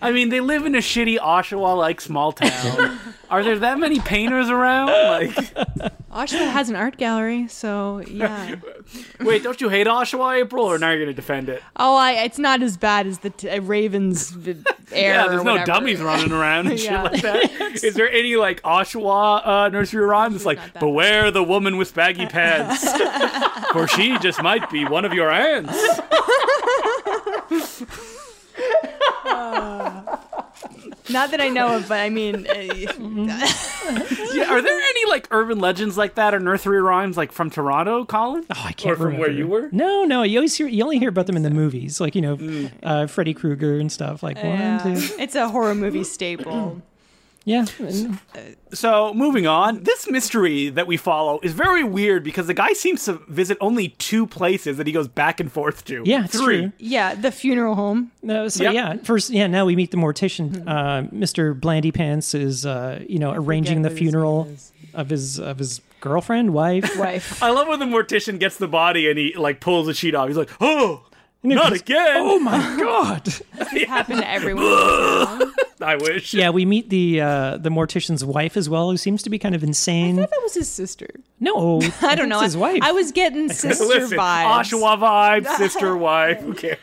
I mean, they live in a shitty Oshawa-like small town. Are there that many painters around? Like, Oshawa has an art gallery, so yeah. wait, don't you hate Oshawa, April? Or now you're gonna defend it? Oh, I, it's not as bad as the t- uh, Ravens v- air. Yeah, or there's no whatever. dummies running around and Yeah. shit like that. Is there any like Oshawa uh, nursery rhyme that's like, not that. beware the woman with baggy pants, for she just might be one of your aunts. Not that I know of, but I mean, uh, Yeah, are there any like urban legends like that or nursery rhymes like from Toronto, Colin? oh, I can't Or from where remember. you were? No, no, you always hear you only hear about them in the movies, like you know Mm. uh, Freddy Krueger and stuff. Like yeah. one, two, it's a horror movie staple. yeah. So, moving on, this mystery that we follow is very weird because the guy seems to visit only two places that he goes back and forth to. Yeah, it's three. true. Yeah, the funeral home. No, so Yep. yeah, first yeah. Now we meet the mortician, Mm-hmm. uh, Mr. Blandy Pants is uh, you know arranging the what his name funeral of his of his girlfriend, wife. Wife. I love when the mortician gets the body and he like pulls the sheet off. He's like, "Oh, not again!" oh my god! It happened to everyone. I wish. yeah, we meet the uh, the mortician's wife as well, who seems to be kind of insane. that was his sister. No, I don't know. His wife. I was getting sister Listen, vibes. Oshawa vibe, sister wife. Who cares?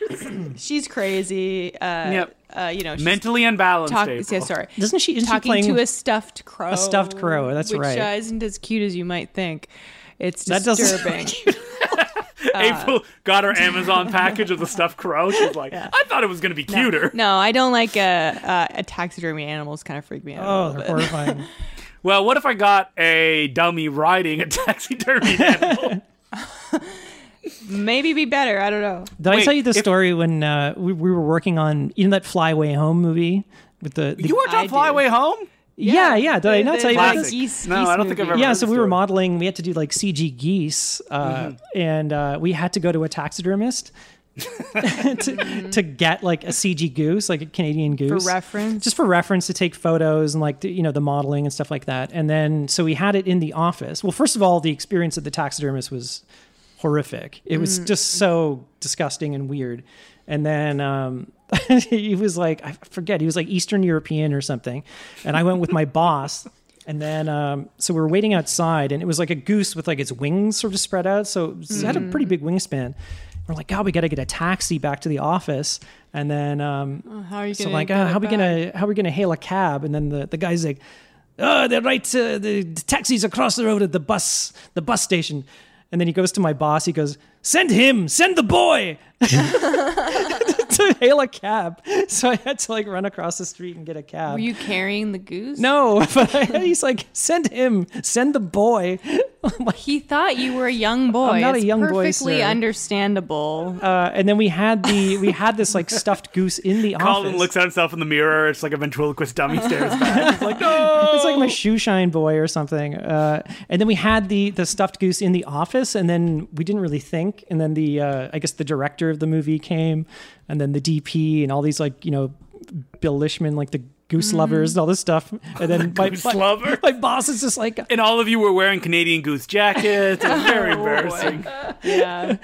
She's crazy. Uh, Yep. uh, you know, she's Mentally unbalanced. talk- April. yeah, sorry. Doesn't she? Isn't she talking playing? to a stuffed crow. A stuffed crow, that's which, right. uh, isn't as cute as you might think. It's That doesn't- disturbing. April got her Amazon package of the stuffed crow. She's like, "I thought it was gonna be cuter." no, I don't like uh, uh, a taxidermy animals. Kind of freak me out. a oh, little they're bit. horrifying. Well, what if I got a dummy riding a taxidermy animal? maybe be better. I don't know. Did I Wait, tell you the if- story when uh, we, we were working on you know that Flyway Home movie with the, the you worked I on did. Flyway Home? yeah yeah. Did I The- not the tell you about like Classic. this? geese- No, geese I don't think I've movie. ever yeah heard so the we were story. Mm-hmm. modeling we had to do like cg geese uh, and uh, we had to go to a taxidermist Mm-hmm. to, to get like a cg goose like a canadian goose reference? just for reference to take photos and like the, you know the modeling and stuff like that and then so we had it in the office well first of all the experience at the taxidermist was horrific it was just so disgusting and weird and then um he was like i forget he was like eastern european or something and i went with my boss and then, um, so we were waiting outside, and it was like a goose with like its wings sort of spread out. So it was- it had a pretty big wingspan. We're like, God, we got to get a taxi back to the office. And then, um, How are you so gonna like, get uh, it how we back? gonna how we gonna hail a cab? And then the, the guy's like, oh, they're right. Uh, the, the taxi's across the road at the bus the bus station. And then he goes to my boss. He goes, send him, send the boy to hail a cab. So I had to like run across the street and get a cab. Were you carrying the goose? No, but he's like, send him, send the boy. like, He thought you were a young boy. I'm not a It's young boy, Perfectly sir. understandable. uh, and then we had the we had this like stuffed goose in the office. Colin looks at himself in the mirror. It's like a ventriloquist dummy stares back. It's like, no. it's like my shoe shine boy or something. Uh, and then we had the the stuffed goose in the office, and then we didn't really think. And then the uh, I guess the director of the movie came, and then the DP and all these like you know Bill Lishman like the goose lovers and all this stuff. And then my, Mm-hmm. Goose my- lover. my boss is just like, And all of you were wearing Canadian goose jackets. It was very Oh, embarrassing. yeah.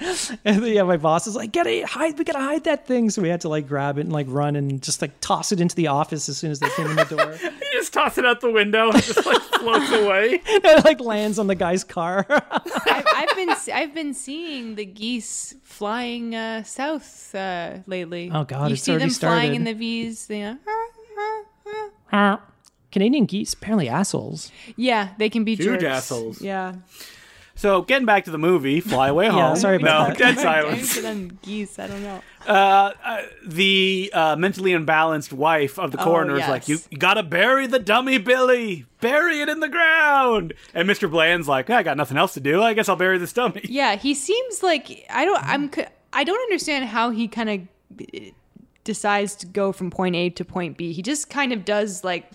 and yeah, my boss is like, get it, hide, we gotta hide that thing. So we had to like grab it and like run and just like toss it into the office as soon as they came in the door. You just toss it out the window and just like floats away. and it like lands on the guy's car. I've, I've been se- I've been seeing the geese flying uh, south uh, lately. Oh, God, you it's see already them flying started. in the V's. "Ah, You know, ah." Canadian geese apparently assholes. yeah, they can be Huge jerks. assholes. Yeah, So getting back to the movie, Fly Away Home. sorry about no, that. dead Don't silence. get them geese. I don't know. The uh, mentally unbalanced wife of the coroner is like, Oh, yes. you, you gotta bury the dummy, Billy. Bury it in the ground. And Mr. Bland's like, I got nothing else to do. I guess I'll bury this dummy. Yeah, he seems like I don't. I'm. c- I don't understand how he kind of eh, decides to go from point A to point B. He just kind of does like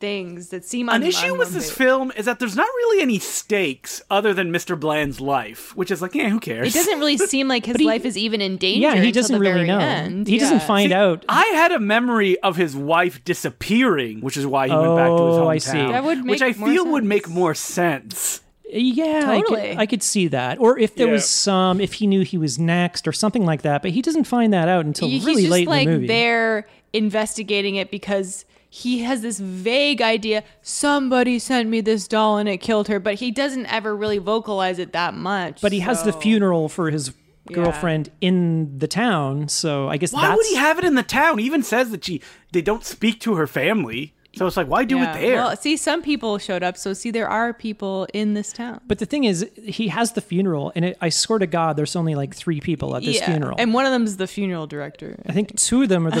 things that seem An issue with this film is that there's not really any stakes other than Mr. Bland's life, which is like, yeah, who cares? It doesn't really seem like his life is even in danger. Yeah, he until doesn't the really very know. End. He doesn't Yeah. find out. I had a memory of his wife disappearing, which is why he went back to his hometown. Oh, I see. That would which I make more feel would sense. make more sense. Yeah, I, Totally. could, I could see that. Or if there Yeah. was some, if he knew he was next or something like that, but he doesn't find that out until He- really he's just late like in the movie. there investigating it because he has this vague idea somebody sent me this doll and it killed her, but he doesn't ever really vocalize it that much. but he has the so- funeral for his girlfriend in the town, so I guess Why that's would he have it in the town? He even says that she they don't speak to her family. So it's like, why do Yeah. it there? Well, see, some people showed up, so see, there are people in this town. But the thing is, he has the funeral, and it, I swear to God, there's only like three people at this yeah, funeral. and one of them is the funeral director. I think two of them are the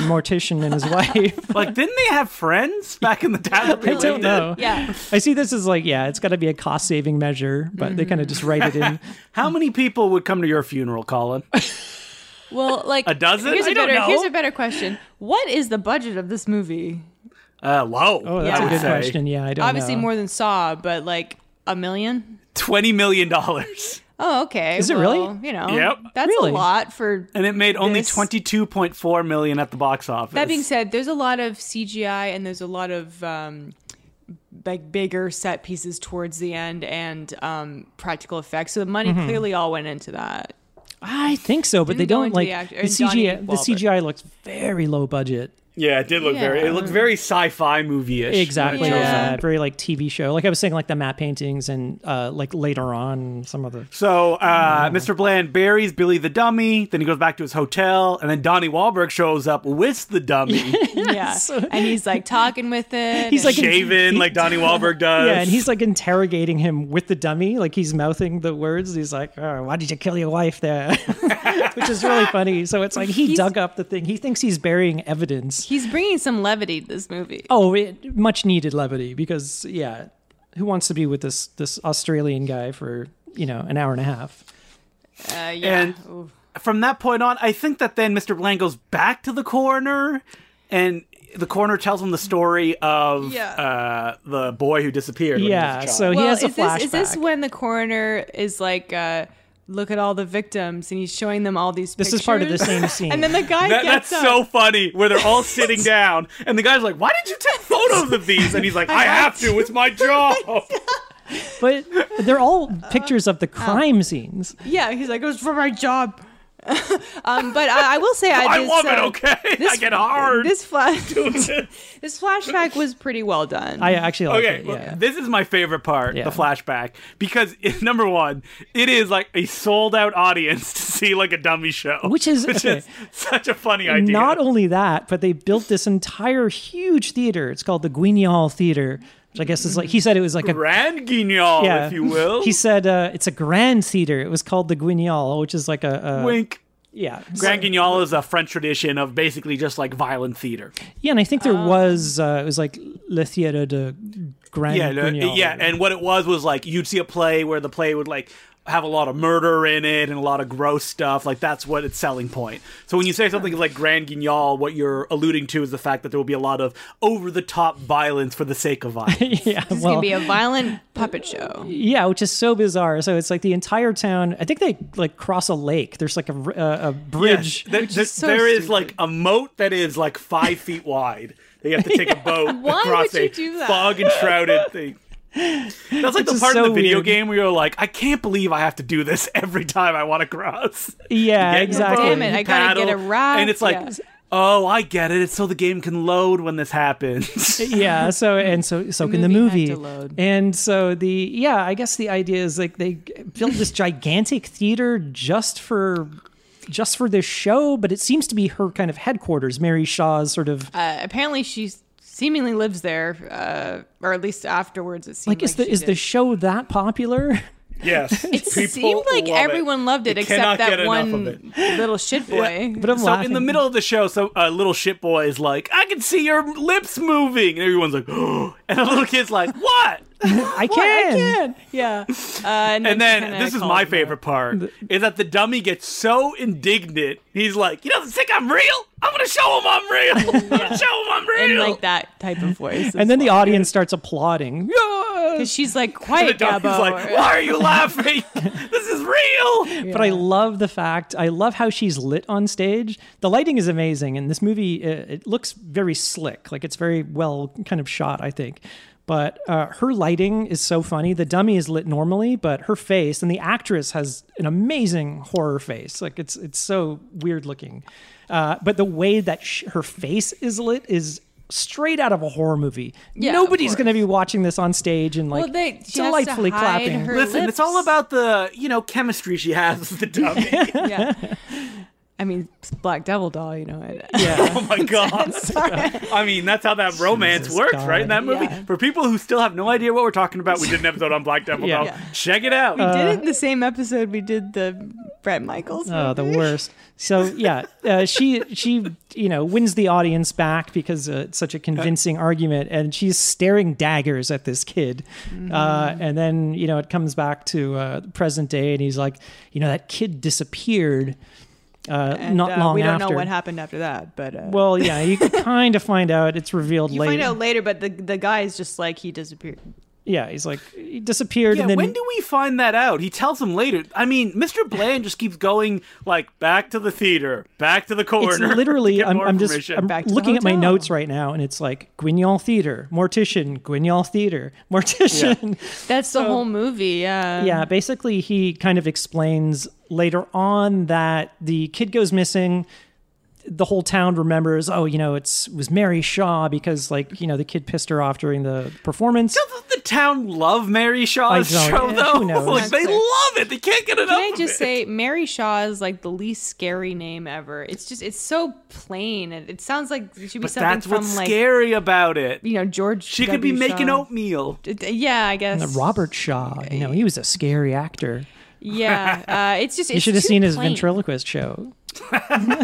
mortician and his wife. like, didn't they have friends back in the town? that they I lived don't in? know. Yeah. I see this as like, yeah, it's got to be a cost saving measure, but they kind of just write it in. How many people would come to your funeral, Colin? Well, like A dozen? Here's a I don't better. know. Here's a better question. What is the budget of this movie? Uh, low. Oh, I that's a would good say. question. Yeah, I don't Obviously know. more than Saw, but like a million. Twenty million dollars, Oh, okay. Is it well, really? You know, Yep. that's Really? a lot for. and it made only This- twenty-two point four million at the box office. That being said, there's a lot of CGI and there's a lot of um, like bigger set pieces towards the end and um, practical effects. So the money Mm-hmm. clearly all went into that. I think so, but they Didn't go don't into like the act- the, or Donnie CGI. The Wahlberg. CGI looks very low budget. yeah, it did look Yeah. very. It looked very sci-fi movie-ish. Exactly. Yeah. Yeah. Very like TV show. Like I was saying, like the map paintings and uh, like later on some of the. So uh, Mr. Bland buries Billy the dummy. Then he goes back to his hotel, and then Donnie Wahlberg shows up with the dummy, Yeah. And he's like talking with it. He's and- like- shaven like Donnie Wahlberg does. Yeah, and he's like interrogating him with the dummy. Like he's mouthing the words. He's like, oh, "Why did you kill your wife there?" Which is really funny. So it's like he dug up the thing. He thinks he's burying evidence. he's bringing some levity to this movie. Oh, it, much needed levity because yeah, who wants to be with this this Australian guy for you know an hour and a half? Uh, yeah. And- Ooh. From that point on, I think that then Mr. Bland goes back to the coroner, and the coroner tells him the story of Yeah. uh, the boy who disappeared. when he was a Yeah, child. so he has a is this, is this flashback. when the coroner is like, uh, look at all the victims and he's showing them all these This is part of the pictures? same scene. And then the guy That- gets that's up. so funny. Where they're all sitting down, and the guy's like, "Why did you take photos of these?" And he's like, "I, have to. It's my job." but they're all pictures of the crime scenes. Yeah, he's like, it was Uh, for my job. um, but I, I will say, I, I this, love it. uh, Okay, I this- get hard. This flash, this flashback was pretty well done. I actually like Okay, it. well, Yeah. this is my favorite part, Yeah. the flashback, because number one, it is like a sold out audience to see like a dummy show, Which is- which okay. is such a funny idea. Not only that, but they built this entire huge theater. It's called the Guignol Theater, which I guess is like he said it was like a Grand Guignol, yeah, if you will. He said uh, it's a grand theater. It was called the Guignol, which is like a, a wink. Yeah. Grand Guignol is a French tradition of basically just like violent theater. Yeah, and I think there Oh. was uh, it was like Le Theatre de Grand Yeah, no, Guignol. yeah, and what it was was like you'd see a play where the play would like have a lot of murder in it and a lot of gross stuff. Like that's what its selling point. So when you say something like Grand Guignol, what you're alluding to is the fact that there will be a lot of over the top violence for the sake of violence. yeah, This is well, gonna be a violent puppet show. yeah, which is so bizarre. So it's like the entire town. I think they like cross a lake. There's like a r- uh, a, a bridge. There- there- so there is stupid. like a moat that is like five feet wide. They have to take a boat Why would across you a do that? fog enshrouded thing. That's like the is part of so the video weird. game where you're like, I can't believe I have to do this every time I want to cross. Yeah, Get in the exactly. boat, Damn it, you I gotta get a paddle, raft, And it's like, yeah. oh, I get it. It's so the game can load when this happens. yeah so and so so can the movie movie had to load. and so the yeah i guess the idea is like they built this gigantic theater just for just for this show but it seems to be her kind of headquarters mary shaw's sort of Uh, apparently, she seemingly lives there, uh, or at least afterwards it seemed like like, is the she is the did. show that popular yes. it seemed like everyone loved it They except cannot get that enough of one little shit boy. but i'm so laughing in the middle of the show, so a little shit boy is like, "I can see your lips moving," and everyone's like, "Oh!" and the little kid's like, "What?" i can yeah. Uh, and, And she then kinda this is called my him out. favorite part is that the dummy gets so indignant. He's like, "You doesn't think I'm real? I'm gonna show him I'm real. I'm gonna show him I'm real." in like that type of voice. and then the audience starts applauding because she's like And the quiet, dummy's Gabbo. like, "Why are you laughing? this is real." But I love the fact. I love how she's lit on stage. The lighting is amazing, and this movie uh, it looks very slick. Like it's very well kind of shot. I think. But uh, her lighting is so funny. The dummy is lit normally, but her face and the actress has an amazing horror face. Like it's it's so weird looking. Uh, but the way that sh- her face is lit is straight out of a horror movie. Yeah, of Nobody's going to course. be watching this on stage and like Well, they- she has to delightfully hide clapping. her- Listen, it's all lips. about the you know chemistry she has with the dummy. yeah. I mean, it's Black Devil doll, you know it. Oh my god! I mean, that's how that romance Jesus works, God. right? In that movie. Yeah. For people who still have no idea what we're talking about, we did an episode on Black Devil. Yeah. Doll. Yeah. Check it out. Uh, we did it in the same episode we did the Brett Michaels. Oh, the movie. worst. So yeah, uh, she she you know wins the audience back because uh, it's such a convincing argument, and she's staring daggers at this kid, uh, Mm-hmm. and then you know it comes back to uh, present day, and he's like, you know, that kid disappeared uh, And, not uh, long We don't after. know what happened after that, but uh, Well, yeah, you can kind of find out. It's revealed you later. find out later. But the the guy is just like he disappeared. Yeah, he's like he disappeared, Yeah, and then when do we find that out? He tells him later. I mean, Mr. Bland just keeps going like back to the theater, back to the corner. it's literally to get I'm, more I'm just information. I'm Back to the looking at my hotel. notes right now and it's like Guignol theater mortician Guignol theater mortician That's the whole movie. Yeah. yeah. basically he kind of explains later on that the kid goes missing the whole town remembers oh you know it's it was Mary Shaw because like you know the kid pissed her off during the performance Doesn't the town love Mary Shaw's I show don't- though? who knows? Like, they love it. They can't get enough. Can I of just it. say, Mary Shaw is like the least scary name ever. It's just, it's so plain. It, it sounds like it should be But something that's from what's like, scary about it. you know, George. She could be W. making Shaw. oatmeal. It- Yeah, I guess. And the Robert Shaw you know he was a scary actor Yeah, uh, it's just. you should have seen his ventriloquist show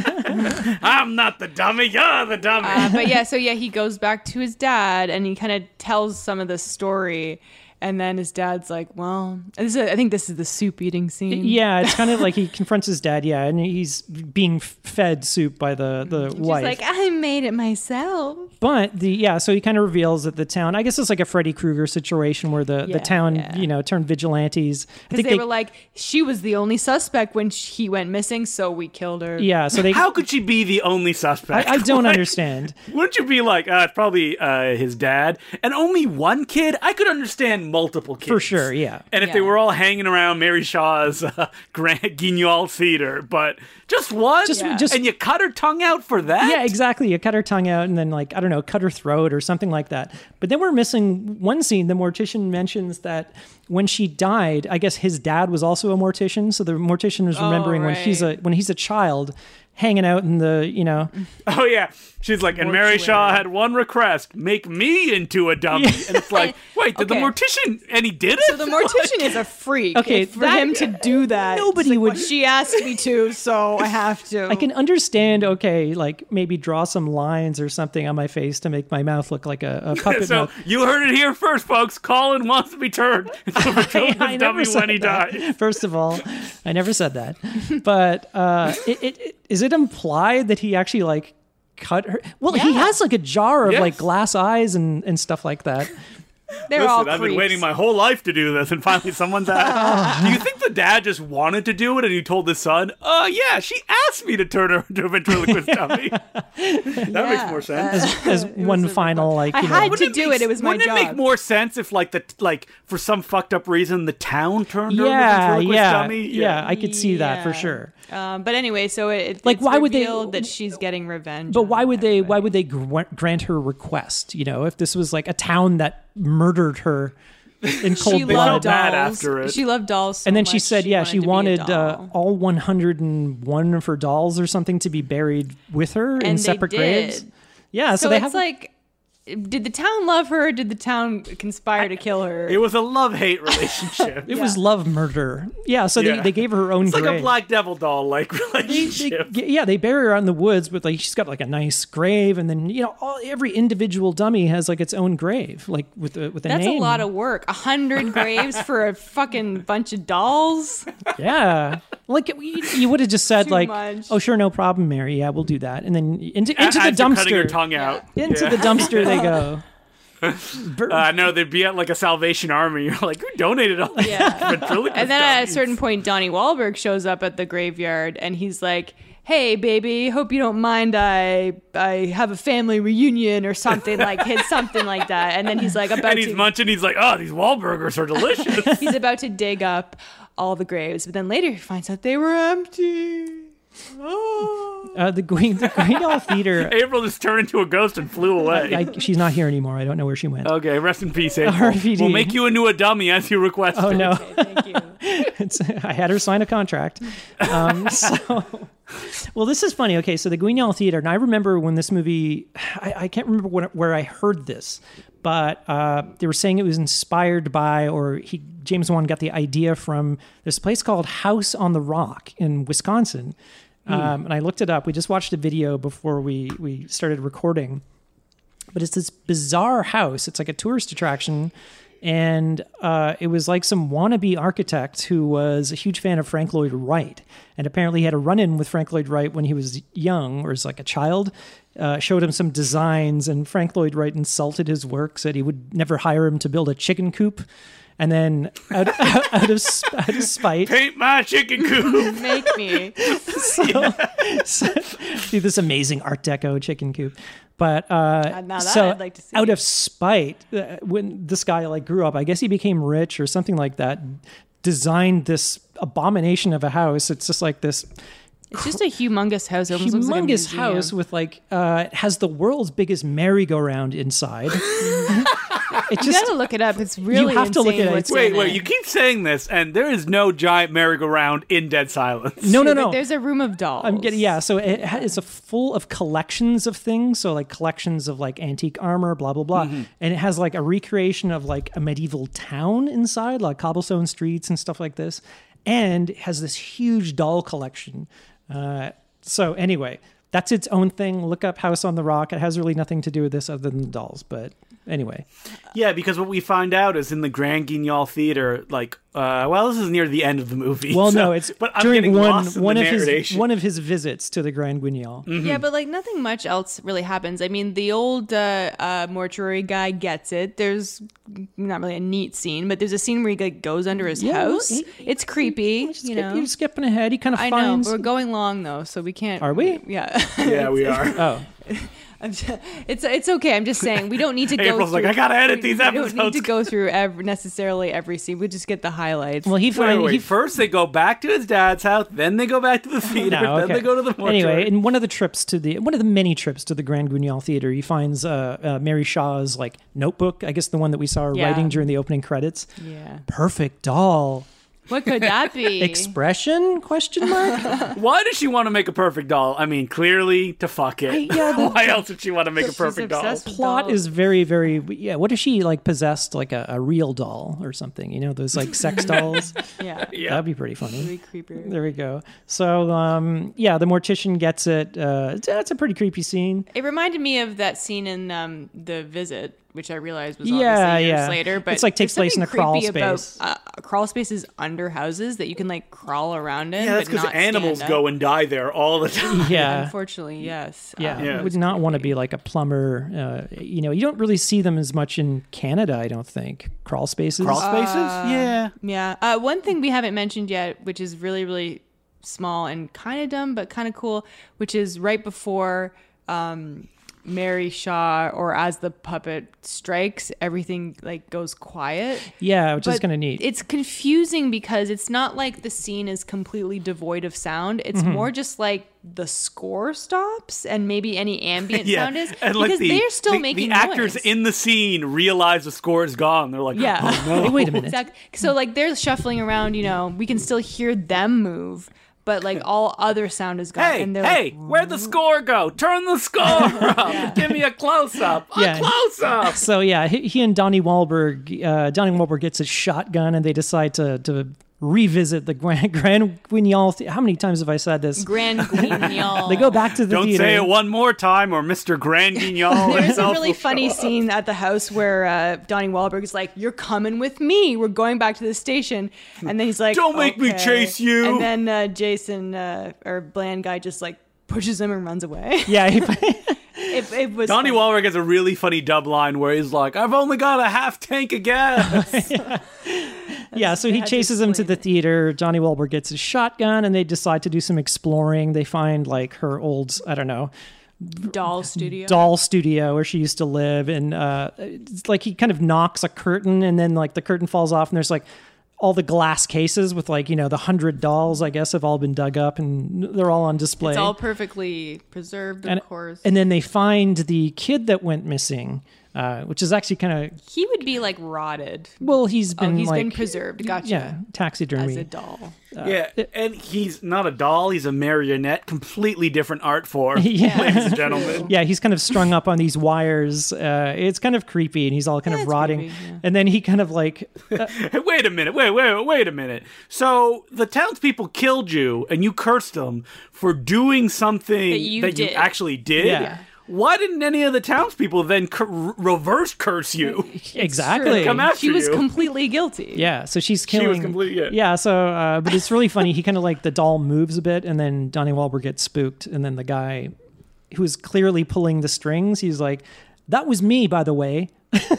I'm not the dummy. You're the dummy. Uh, but yeah, so yeah, he goes back to his dad and he kind of tells some of the story, and then his dad's like, "Well, and this is, I think this is the soup eating scene." Yeah, it's kind of like he confronts his dad. Yeah, and he's being f- fed soup by the the She's wife. like, "Ah." "I made it myself." but the yeah, so he kind of reveals that the town. I guess it's like a Freddy Krueger situation where the Yeah, the town yeah. you know turned vigilantes. I Because think they, they, were like, "She was the only suspect when sh he went missing, so we killed her." yeah. So they. How could she be the only suspect? I, I don't Like, understand. Wouldn't you be like, uh, it's probably uh, his dad and only one kid? I could understand multiple kids For sure, yeah. And if they Yeah. were all hanging around Mary Shaw's uh, Grand Guignol theater, but just one, Just- Yeah. just- and you cut her tongue out for that? Yeah, exactly. You cut her tongue out and then like I don't know, cut her throat or something like that. But then we're missing one scene. The mortician mentions that when she died, I guess his dad was also a mortician, so the mortician is remembering when she's a right. when he's a child. hanging out in the you know Oh yeah, she's like, and Mary Shaw had one request: make me into a dummy. And it's like, wait, did Okay. the mortician? And he did it. So the mortician is a freak. Okay, If for that- him to do that. Nobody it's like, would- well, she asked me to, so I have to. I can understand, okay, like maybe draw some lines or something on my face to make my mouth look like a, a puppet so mouth. you heard it here first, folks. Colin wants to be turned into a I dummy never when said he that. dies. First of all, I never said that. But uh, it, it, it, is it implied that he actually like cut her? Well, he Yeah. has like a jar of Yes. like glass eyes and, and stuff like that. They're all Listen, creeps. I've been waiting my whole life to do this, and finally someone's asked. do you think the dad just wanted to do it, and he told the son, "Uh, yeah, she asked me to turn her into a ventriloquist dummy." that makes Yeah, more sense. As, as one final like I you know, had to Wouldn't do make- it. It was my wouldn't job. it make more sense if, like, the like for some fucked up reason, the town turned her into a yeah, ventriloquist yeah, dummy? yeah, I could see that for Yeah. sure. Um, but anyway, so it, Like, it's why would they- revealed that she's getting revenge. But on why would they? Why everybody. would they gr- grant her request? You know, if this was like a town that murdered her in cold she blood, loved Felt bad dolls? after it. She loved dolls. so and then she much, said, "Yeah, she wanted wanted to be a uh, doll. all 101 of her dolls or something to be buried with her in And they separate graves." did. Yeah, so, so they it's have like, did the town love her? Or did the town conspire to kill her? It was a love hate relationship. it was love murder. Yeah, so Yeah. They, they gave her her own it's like a grave. Black Devil doll like They- they- relationship. yeah, they bury her out in the woods, but like she's got like a nice grave, and then you know, all, every individual dummy has like its own grave, like with a, with a That's name. a lot of work. A hundred graves for a fucking bunch of dolls. Yeah. Like it- you, you would have just said Too like, much. "Oh sure, no problem, Mary. Yeah, we'll do that." And then into, into the After Cutting her dumpster. tongue out. Into the dumpster they go. Bur- Uh, no, they'd be at like a Salvation Army. You're like, who donated all these Yeah. ventriloquist And then at a dummies? certain point, Donnie Wahlberg shows up at the graveyard and he's like, Hey, baby, hope you don't mind. I I have a family reunion or something like his something like that. And then he's like about and he's to munching. He's like, oh, these Wahlburgers are delicious. he's about to dig up all the graves, but then later he finds out they were empty. Oh. uh, the Green the Greendale Theater. April just turned into a ghost and flew away. I, she's not here anymore. I don't know where she went. okay, rest in peace, April. RVD. We'll make you into a dummy as you request. oh no, Thank you. it's, I had her sign a contract. Um, so, well, this is funny. Okay, so the Guignol Theater, and I remember when this movie. I, I can't remember when, where I heard this, but uh, they were saying it was inspired by, or he James Wan got the idea from this place called House on the Rock in Wisconsin. Hmm. Um, and I looked it up. We just watched a video before we we started recording. but it's this bizarre house. It's like a tourist attraction. And uh, it was like some wannabe architect who was a huge fan of Frank Lloyd Wright. And apparently he had a run in with Frank Lloyd Wright when he was young or as like a child. Uh, showed him some designs, and Frank Lloyd Wright insulted his work, said he would never hire him to build a chicken coop. And then out, out, of, sp- out of spite, Paint my chicken coop. Make me. so, do this amazing Art Deco chicken coop. But uh, now that so I'd like to see. out of spite, uh, when this guy like grew up, I guess he became rich or something like that. Designed this abomination of a house. It's just like this It's just a humongous house. It almost looks like a humongous museum. house with like uh, it has the world's biggest merry-go-round inside. it You just gotta look it up. It's really have to look insane it up. what's Wait, in wait. it. You keep saying this, and there is no giant merry-go-round in Dead Silence. no, no, Like, no. there's a room of dolls. I'm getting yeah. So it ha- it's a full of collections of things. So like collections of like antique armor, blah blah Mm-hmm. blah, and it has like a recreation of like a medieval town inside, like cobblestone streets and stuff like this, and it has this huge doll collection. Uh, so anyway, that's its own thing. Look up House on the Rock. It has really nothing to do with this other than the dolls, but anyway. Yeah, because what we find out is in the Grand Guignol Theater, like, uh, well, this is near the end of the movie. Well, so- no, it's but I'm during getting one lost in one the of his narration. Mm-hmm. one of his visits to the Grand Guignol. Yeah, but like nothing much else really happens. I mean, the old uh, uh, mortuary guy gets it. There's not really a neat scene, but there's a scene where he like, goes under his Yeah, well, house. he- it's creepy, you know. are skipping ahead. He kind of I know, finds. but we're going long though, so we can't. Are we? Yeah, yeah, we are. oh. I'm ju- it's it's okay. I'm just saying we don't need to go. April's like, through- "I gotta edit we- these We don't episodes." need to go through ev necessarily every scene. We just get the highlights. Well, he Wait, finds wait, he wait. First, they go back to his dad's house. Then they go back to the theater. No, Then okay. they go to the mortuary. Anyway, in one of the trips to the one of the many trips to the Grand Guignol Theater, he finds uh, uh, Mary Shaw's like notebook. I guess the one that we saw her Yeah. writing during the opening credits. yeah. Perfect doll. What could that be? Expression? Question mark. Why does she want to make a perfect doll? I mean, clearly to fuck it. yeah, the- Why else would she want to make a perfect doll? obsessed with Plot dolls. is very, very. Yeah. What if she like possessed like a, a real doll or something? You know those like sex dolls. yeah, Yeah. That'd be pretty funny. very creepy. There we go. So, um, yeah, the mortician gets it. Uh, that's a pretty creepy scene. It reminded me of that scene in um, the visit, which I realized was Yeah, obviously years yeah. later. But It's, like, takes there's place in a something crawl creepy about, space. uh, crawl spaces under houses that you can like crawl around in. Yeah, that's but because not animals stand up. go and die there all the time. Yeah. Unfortunately, yes. Yeah, Um, Yeah. would not want to be like a plumber. Uh, you know, you don't really see them as much in Canada, I don't think. Crawl spaces. Crawl spaces? yeah. Yeah. Uh, one thing we haven't mentioned yet, which is really, really small and kind of dumb, but kind of cool, which is right before um, Mary Shaw or as the puppet strikes, everything like goes quiet. yeah, which is But kind of neat. It's confusing because it's not like the scene is completely devoid of sound. It's Mm-hmm. more just like the score stops and maybe any ambient sound is because and like the, they're still the, making the actors noise. in the scene realize the score is gone. They're like, "Oh, Yeah. Hey, wait a minute. Exactly. So like they're shuffling around, you know, we can still hear them move, but like all other sound is gone. Hey, and they're hey, like, where'd the score go? Turn the score up. Give me a close up. Yeah. A close up. so, yeah, he, he and Donnie Wahlberg, uh, Donnie Wahlberg gets his shotgun and they decide to, to revisit the Grand, Grand Guignol. The- How many times have I said this? Grand Guignol. They go back to the Don't theater. say it one more time, or Mr. Grand Guignol There's a himself eh? really will funny scene at the house where uh, Donnie Wahlberg is like, "You're coming with me. We're going back to the station." And then he's like, Don't make me "Okay." chase And you. then uh, Jason uh, or Bland guy just like pushes him and runs away. yeah, he- it, it was Donnie funny. Wahlberg has a really funny dub line where he's like, "I've only got a half tank of gas." yeah, so he had to chases him to the explain it. theater. Johnny Wahlberg gets his shotgun, and they decide to do some exploring. They find like her old, I don't know, Doll Studio. doll studio where she used to live, and uh, it's like he kind of knocks a curtain, and then like the curtain falls off, and there's like all the glass cases with like you know the hundred dolls, I guess, have all been dug up, and they're all on display. It's all perfectly preserved, of and, course. and then they find the kid that went missing, uh, which is actually kind of he would be like rotted. well, he's Oh, been he's like been preserved. Gotcha. yeah taxidermy. As a doll. yeah, and he's not a doll; he's a marionette, completely different art form, ladies and gentlemen. Yeah, he's kind of strung up on these wires. Uh, it's kind of creepy, and he's all kind Yeah, of it's rotting. creepy, yeah. And then he kind of like, Hey, wait a minute, wait, wait, wait a minute. So the townspeople killed you, and you cursed them for doing something That you did. actually did. Yeah. Why didn't any of the townspeople then cur- reverse curse you? exactly. Come after She was you. completely guilty. Yeah, so she's was killing. complete- yeah. so uh, but it's really funny. He kind of like the doll moves a bit, and then Donnie Wahlberg gets spooked, and then the guy who is clearly pulling the strings, he's like, "That was me, by the way."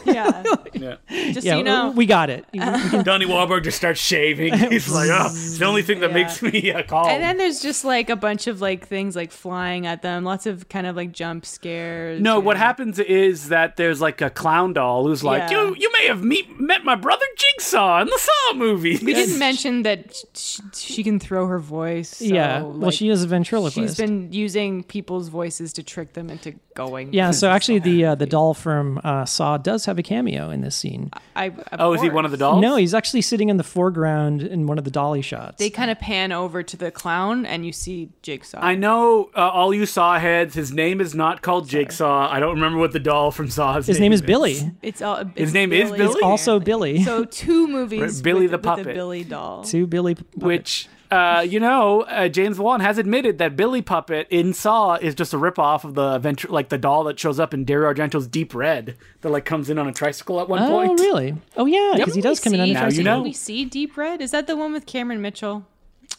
Yeah. Yeah. Just Yeah, so you know. Uh, we got it. Donnie Wahlberg just starts shaving. He's like, oh, it's the only thing that Yeah. makes me a call. and then there's just like a bunch of like things like flying at them, lots of kind of like jump scares. No, what and- happens is that there's like a clown doll who's like, Yeah. you, you may have meet, met my brother Jigsaw in the Saw movie. We didn't mention that she, she can throw her voice. so, yeah, well, like, she is a ventriloquist. She's been using people's voices to trick them into going. yeah, with so this actually, song. the uh, the doll from uh, Saw does have a cameo in this scene. I, of oh, is he one of the course. dolls? No, he's actually sitting in the foreground in one of the dolly shots. They kind of pan over to the clown, and you see Jigsaw. I know uh, all you Saw heads. His name is not called Jigsaw. I don't remember what the doll from Saw's His name is Billy. It's all. It's His name is Billy? It's also apparently. Billy. So two movies. Billy with- the with puppet. Billy doll. Two Billy. puppets. Which, uh, you know, uh, James Wan has admitted that Billy Puppet in Saw is just a ripoff of the venture, like the doll that shows up in Dario Argento's Deep Red that like comes in on a tricycle at one Oh point. really? Oh yeah, because he does come in on the Now you tricycle. know. We see Deep Red. Is that the one with Cameron Mitchell?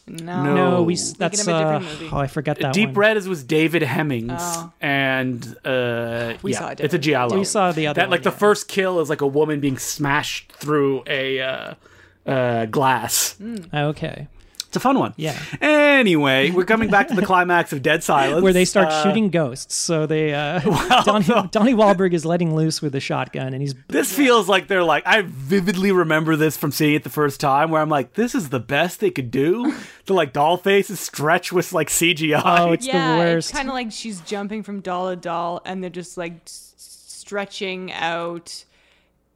No. No, we. Thinking That's of a uh, different movie. oh, I forgot that Oh. Deep one. Red is with David Hemmings, Oh. and uh, We yeah, saw a it's a different- giallo. We saw the other that. Like one, the yeah. first kill is like a woman being smashed through a uh, uh, glass. Oh, Okay. It's a fun one. Yeah. Anyway, we're coming back to the climax of Dead Silence, Where they start Uh, shooting ghosts. So they. Uh, Donnie, Donnie Wahlberg is letting loose with a shotgun, and he's. This feels like they're like I vividly remember this from seeing it the first time, where I'm like, this is the best they could do. the like doll faces stretch with like CGI. Oh, it's yeah, the it's worst. kind of like she's jumping from doll to doll, and they're just like s- stretching out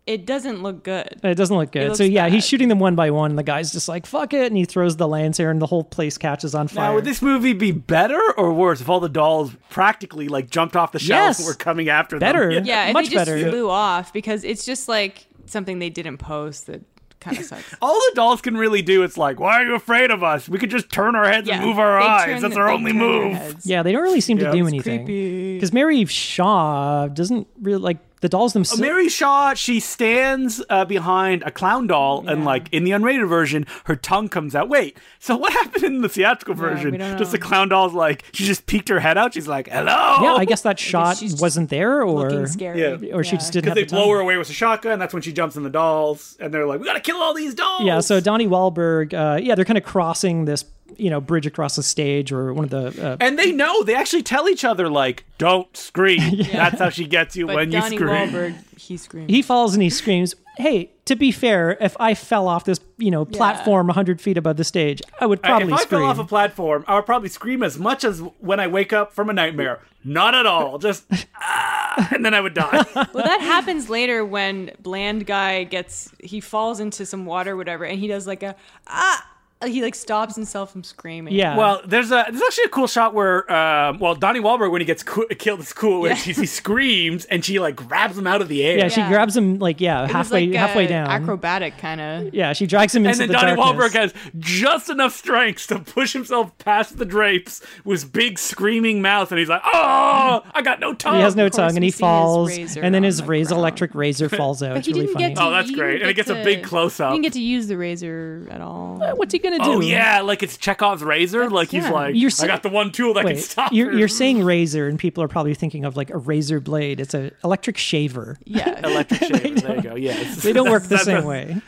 it doesn't look good. It doesn't look good. looks so yeah, bad. he's shooting them one by one. And the guy's just like, "Fuck it," and he throws the lance here, and the whole place catches on fire. Now, would this movie be better or worse if all the dolls practically like jumped off the shelves Yes. and were coming after better, them? Yeah, if much they just better. flew off because it's just like something they didn't post that kind of sucks. All the dolls can really do it's like, why are you afraid of us? We could just turn our heads Yeah, and move our they eyes. turn That's the- our they only turn their move. heads. Yeah, they don't really seem to do anything. creepy. Because Mary Shaw doesn't really like the dolls themselves. Oh, Mary Shaw, she stands uh, behind a clown doll, and like in the unrated version, her tongue comes out. Wait, so what happened in the theatrical version? we don't Just the know. clown doll's like she just peeked her head out. She's like, "Hello." yeah, I guess that shot she's just wasn't there, or Looking scary. Yeah. or she just didn't because have they the time. blow her away with a shotgun. That's when she jumps in the dolls, and they're like, "We gotta kill all these dolls." Yeah, so Donnie Wahlberg, uh, yeah, they're kind of crossing this, you know, bridge across the stage or one of the. Uh, and they know. They actually tell each other like, "Don't scream." That's how she gets you But when Donnie you scream. Wahlberg, he screamed. he falls and he screams, "Hey!" To be fair, if I fell off this, you know, platform 100 feet above the stage, I would probably if I scream. fell off a platform, I would probably scream as much as when I wake up from a nightmare. Not at all. Just "Ah," and then I would die. well, that happens later when bland guy gets he falls into some water, or whatever, and he does like a ah. He like stops himself from screaming. yeah, well, there's a there's actually a cool shot where um, well Donnie Wahlberg when he gets cu- killed is cool. When she, he screams and she like grabs him out of the air. yeah, she yeah. grabs him like yeah, It was, halfway like, halfway uh, down. acrobatic kind of. yeah, she drags him and into then the Donnie darkness. Wahlberg has just enough strength to push himself past the drapes with his big screaming mouth, and he's like, "Oh, I got no tongue." he has no course, tongue and we he see his falls razor and then on his the razor ground. electric razor falls out it's he really didn't funny get to. Oh, that's he great. didn't And it get gets a to- big close-up. He didn't get to use the razor at all. what's he gonna do Oh yeah, like it's Chekhov's razor. like he's yeah. like, You're I saying- got the one tool that can Wait, stop you're, her." you're saying razor and people are probably thinking of like a razor blade it's an electric shaver Yeah. electric shaver. there you go. Yeah, they don't work the That's- same way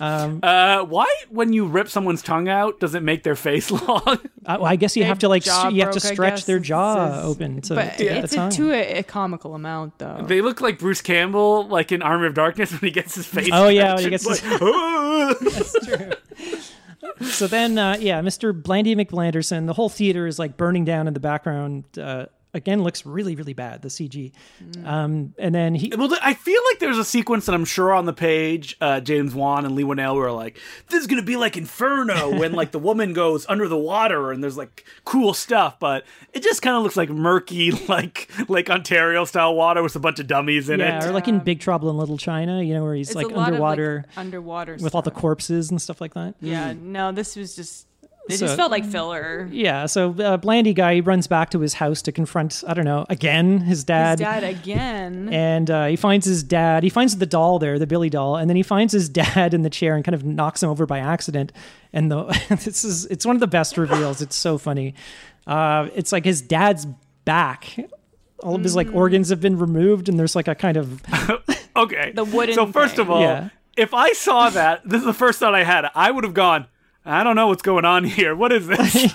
Uh, why, when you rip someone's tongue out, does it make their face long? I, well, I guess you Their have to like jaw st- you have to broke, I stretch guess, their it jaw says. open to, But to get it's the tongue a, to a, a comical amount though. they look like Bruce Campbell, like in Army of Darkness, when he gets his face. Oh, yeah, when he stretched, gets like, "Ah." "Ugh." so then uh, yeah mr blandy mcblanderson the whole theater is like burning down in the background uh, again looks really really bad the cg Mm. um, and then he Well, th- I feel like there's a sequence that I'm sure on the page, uh, James Wan and Lee Winnell were like, "This is gonna be like Inferno when like the woman goes under the water and there's like cool stuff," but it just kind of looks like murky, like like Ontario style water with a bunch of dummies in yeah it. or like in big trouble in little china you know where he's It's like a lot of, like, underwater underwater with all the stuff. corpses and stuff like that. Yeah. No, this was just. It So- just felt like filler. Yeah, so uh, Blandy guy he runs back to his house to confront, I don't know, again, his dad. His dad again. And uh, he finds his dad. He finds the doll there, the Billy doll, and then he finds his dad in the chair and kind of knocks him over by accident. And the this is it's one of the best reveals. It's so funny. Uh, it's like his dad's back. All of his like organs have been removed, and there's like a kind of Okay, The wooden So first thing. of all, Yeah. if I saw that, this is the first thought I had. I would have gone. I don't know what's going on here. What is this?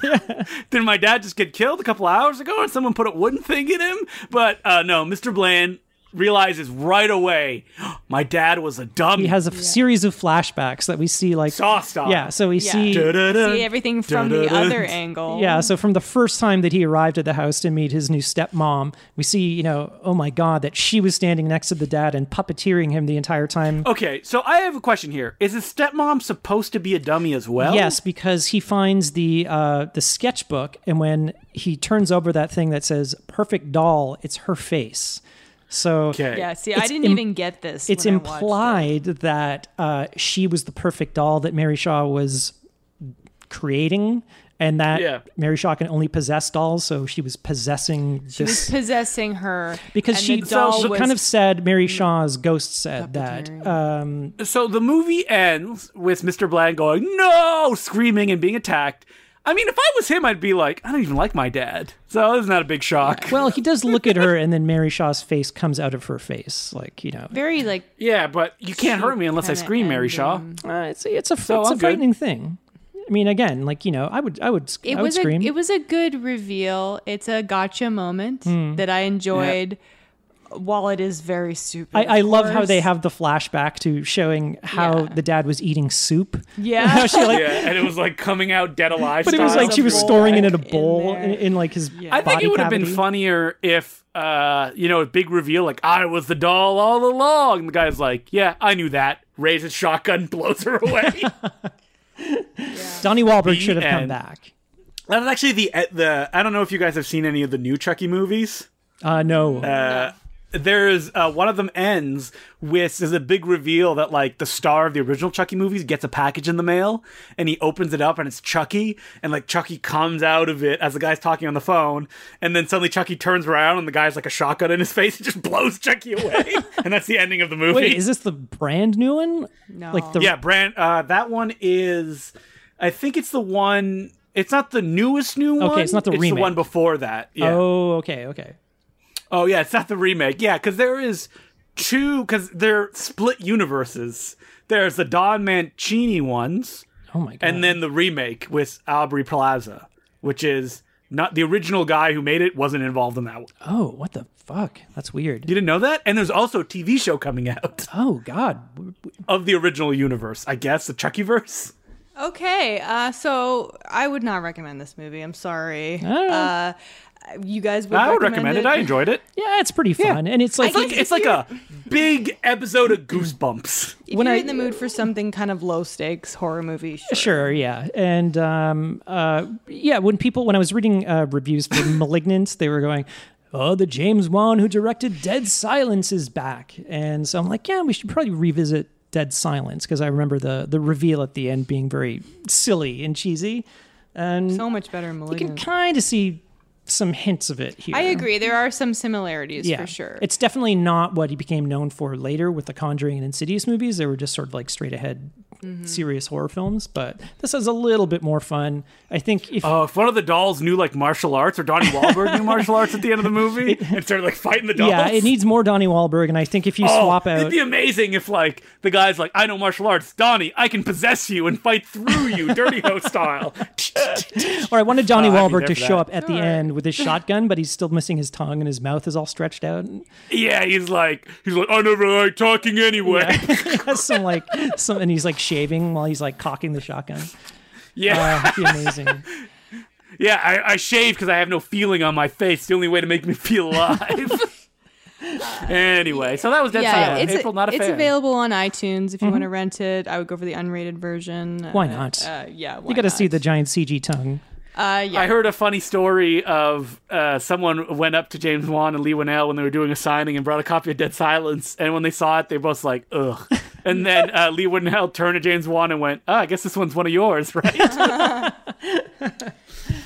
Did my dad just get killed a couple hours ago and someone put a wooden thing in him? But uh, no, Mr. Bland realizes right away my dad was a dummy. he has a f- series of flashbacks that we see like Saw style. yeah. So we yeah. see Da-da-da. See everything from the Da-da-da. other angle. Yeah, so from the first time that he arrived at the house to meet his new stepmom, we see, you know, oh my god, that she was standing next to the dad and puppeteering him the entire time. Okay, so I have a question here. Is his stepmom supposed to be a dummy as well? Yes, because he finds the uh, the sketchbook, and when he turns over that thing that says "perfect doll," it's her face. So Okay. Yeah. See, I It's didn't im- even get this. it's when I watched it. implied that uh, she was the perfect doll that Mary Shaw was creating, and that Yeah. Mary Shaw can only possess dolls, so she was possessing She was this possessing her because and she, the doll she was Mm. kind of said Mary Shaw's ghost said that. Um, So the movie ends with Mr. Bland going, no, screaming and being attacked. I mean, if I was him, I'd be like, I don't even like my dad. So it's not a big shock. well, he does look at her, and then Mary Shaw's face comes out of her face, like you know. very like Yeah, but you can't hurt me unless I kinda scream, Mary ending. Shaw. Uh, it's a, it's a So it's a I'm good. frightening thing. I mean, again, like you know, I would I would sc- It I would was a scream. Hmm. it was a good reveal. It's a gotcha moment that I enjoyed. while it is very stupid. I, I of love how course. they have the flashback to showing how Yeah. the dad was eating soup. Yeah. How she like, Yeah, and it was like coming out dead alive. but it was style. like she was Bowl storing it in a back in bowl there. in, in, like his. Yeah. Body I think it would have been cavity. funnier if, uh, you know, a big reveal like I was the doll all along. And the guy's like, "Yeah, I knew that." Raises shotgun, blows her away. Donnie Wahlberg should have come end. back. That's actually the the. I don't know if you guys have seen any of the new Chucky movies. Uh, no, There's uh, one of them ends with there's a big reveal that like the star of the original Chucky movies gets a package in the mail and he opens it up and it's Chucky and like Chucky comes out of it as the guy's talking on the phone and then suddenly Chucky turns around and the guy's like a shotgun in his face and just blows Chucky away and that's the ending of the movie. wait, is this the brand new one? No. Like the Yeah, brand. Uh, that one is. I think it's the one. It's not the newest new one. it's not the it's remake. the one before that. Yeah. Oh, oh, okay, okay. yeah, it's not the remake. Yeah, because there is two. Because they're split universes. There's the Don Mancini ones, Oh my god. and then the remake with Aubrey Plaza, which is not the original guy who made it wasn't involved in that one. oh, what the fuck? That's weird. You didn't know that? And there's also a TV show coming out Oh god. W- w- of the original universe. I guess the Chuckyverse. Okay, uh, so I would not recommend this movie. I'm sorry. don't know. Uh, you guys would. I would recommend, recommend it. I enjoyed it. Yeah, it's pretty fun, and it's It's like like it's like a big episode of Goosebumps. If When you're I- in the mood for something kind of low stakes horror movie, sure. Sure, yeah, and um, uh, yeah. When people, when I was reading uh, reviews for *Malignant*, they were going, "Oh, the James Wan who directed *Dead Silence* is back," and so I'm like, "Yeah, we should probably revisit *Dead Silence* because I remember the the reveal at the end being very silly and cheesy, and So much better in you can Malignant. kind of see some hints of it here." I agree. There are some similarities Yeah, for sure. It's definitely not what he became known for later with the Conjuring and Insidious movies. They were just sort of like straight ahead Mm-hmm. serious horror films, but this is a little bit more fun. I think if Uh, Oh, if one of the dolls knew like martial arts or Donnie Wahlberg knew martial arts at the end of the movie and started like fighting the dolls. yeah, it needs more Donnie Wahlberg, and I think if you Oh, swap out It'd be amazing if like the guy's like, I know martial arts, Donnie, I can possess you and fight through you, dirty ho style. or I wanted Donnie I'd be Wahlberg there to for show Ah, that. up at the Sure. end with his shotgun, but he's still missing his tongue and his mouth is all stretched out. yeah, he's like he's like, I never like talking anyway. Has some like some and he's like shaving while he's like cocking the shotgun. Yeah. Uh, it'd be amazing. Yeah, I, I shave because I have no feeling on my face. It's the only way to make me feel alive. anyway, so that was Dead yeah, Silence. it's, April, not a it's fan. available on iTunes if you want to rent it. I would go for the unrated version. Mm-hmm. Why Uh, not? Uh, yeah, why you got to not? see the giant CG tongue. Uh, yeah. I heard a funny story of uh, someone went up to James Wan and Lee Winnell when they were doing a signing and brought a copy of Dead Silence. And when they saw it, they both like, ugh. And then uh, Lee Winnell turned to James Wan and went, oh, I guess this one's one of yours, right?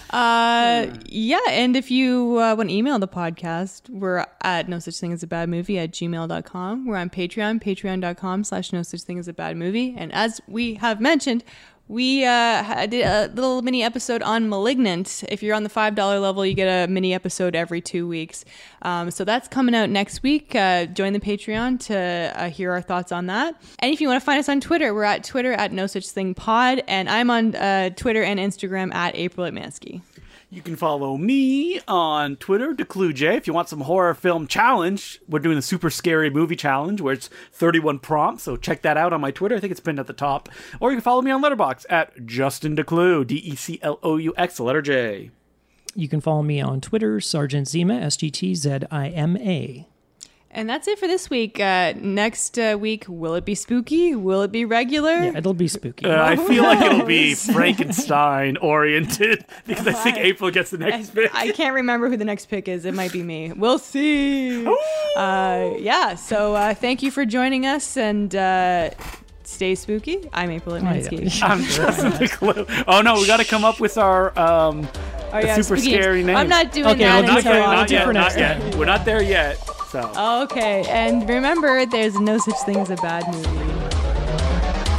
Uh, yeah, and if you uh, want to email the podcast, we're at no such thing as a bad movie at gmail.com. We're on Patreon, patreon.com slash no such thing as a bad movie. And as we have mentioned, we uh, ha- did a little mini episode on Malignant. If you're on the $5 level, you get a mini episode every two weeks. Um, so that's coming out next week. Uh, join the Patreon to uh, hear our thoughts on that. And if you want to find us on Twitter, we're at Twitter at no such thing pod. And I'm on uh, Twitter and Instagram at April Atmansky. You can follow me on Twitter, DeCluJ. If you want some horror film challenge, we're doing a super scary movie challenge where it's 31 prompts. So check that out on my Twitter. I think it's pinned at the top. Or you can follow me on Letterbox at Justin DeClue, D E C L O U X, the letter J. You can follow me on Twitter, Sergeant Zima, S G T Z I M A. And that's it for this week. Uh, next uh, week, will it be spooky? Will it be regular? Yeah, it'll be spooky. Uh, I Oh, feel like it'll be Frankenstein oriented because I think April gets the next bit. I can't remember who the next pick is. It might be me. We'll see. Oh. Uh, yeah. So uh, thank you for joining us and uh, stay spooky. I'm April Oh, Atmansky. I'm Justin DeClue. Oh, no, we got to come up with our. Um, Oh, yeah, super spooky names. scary name. I'm not doing Okay, that well, not that's until Oh, yet, all. not yet, Different not next yet. We're not there yet. So. Okay. And remember, there's no such thing as a bad movie.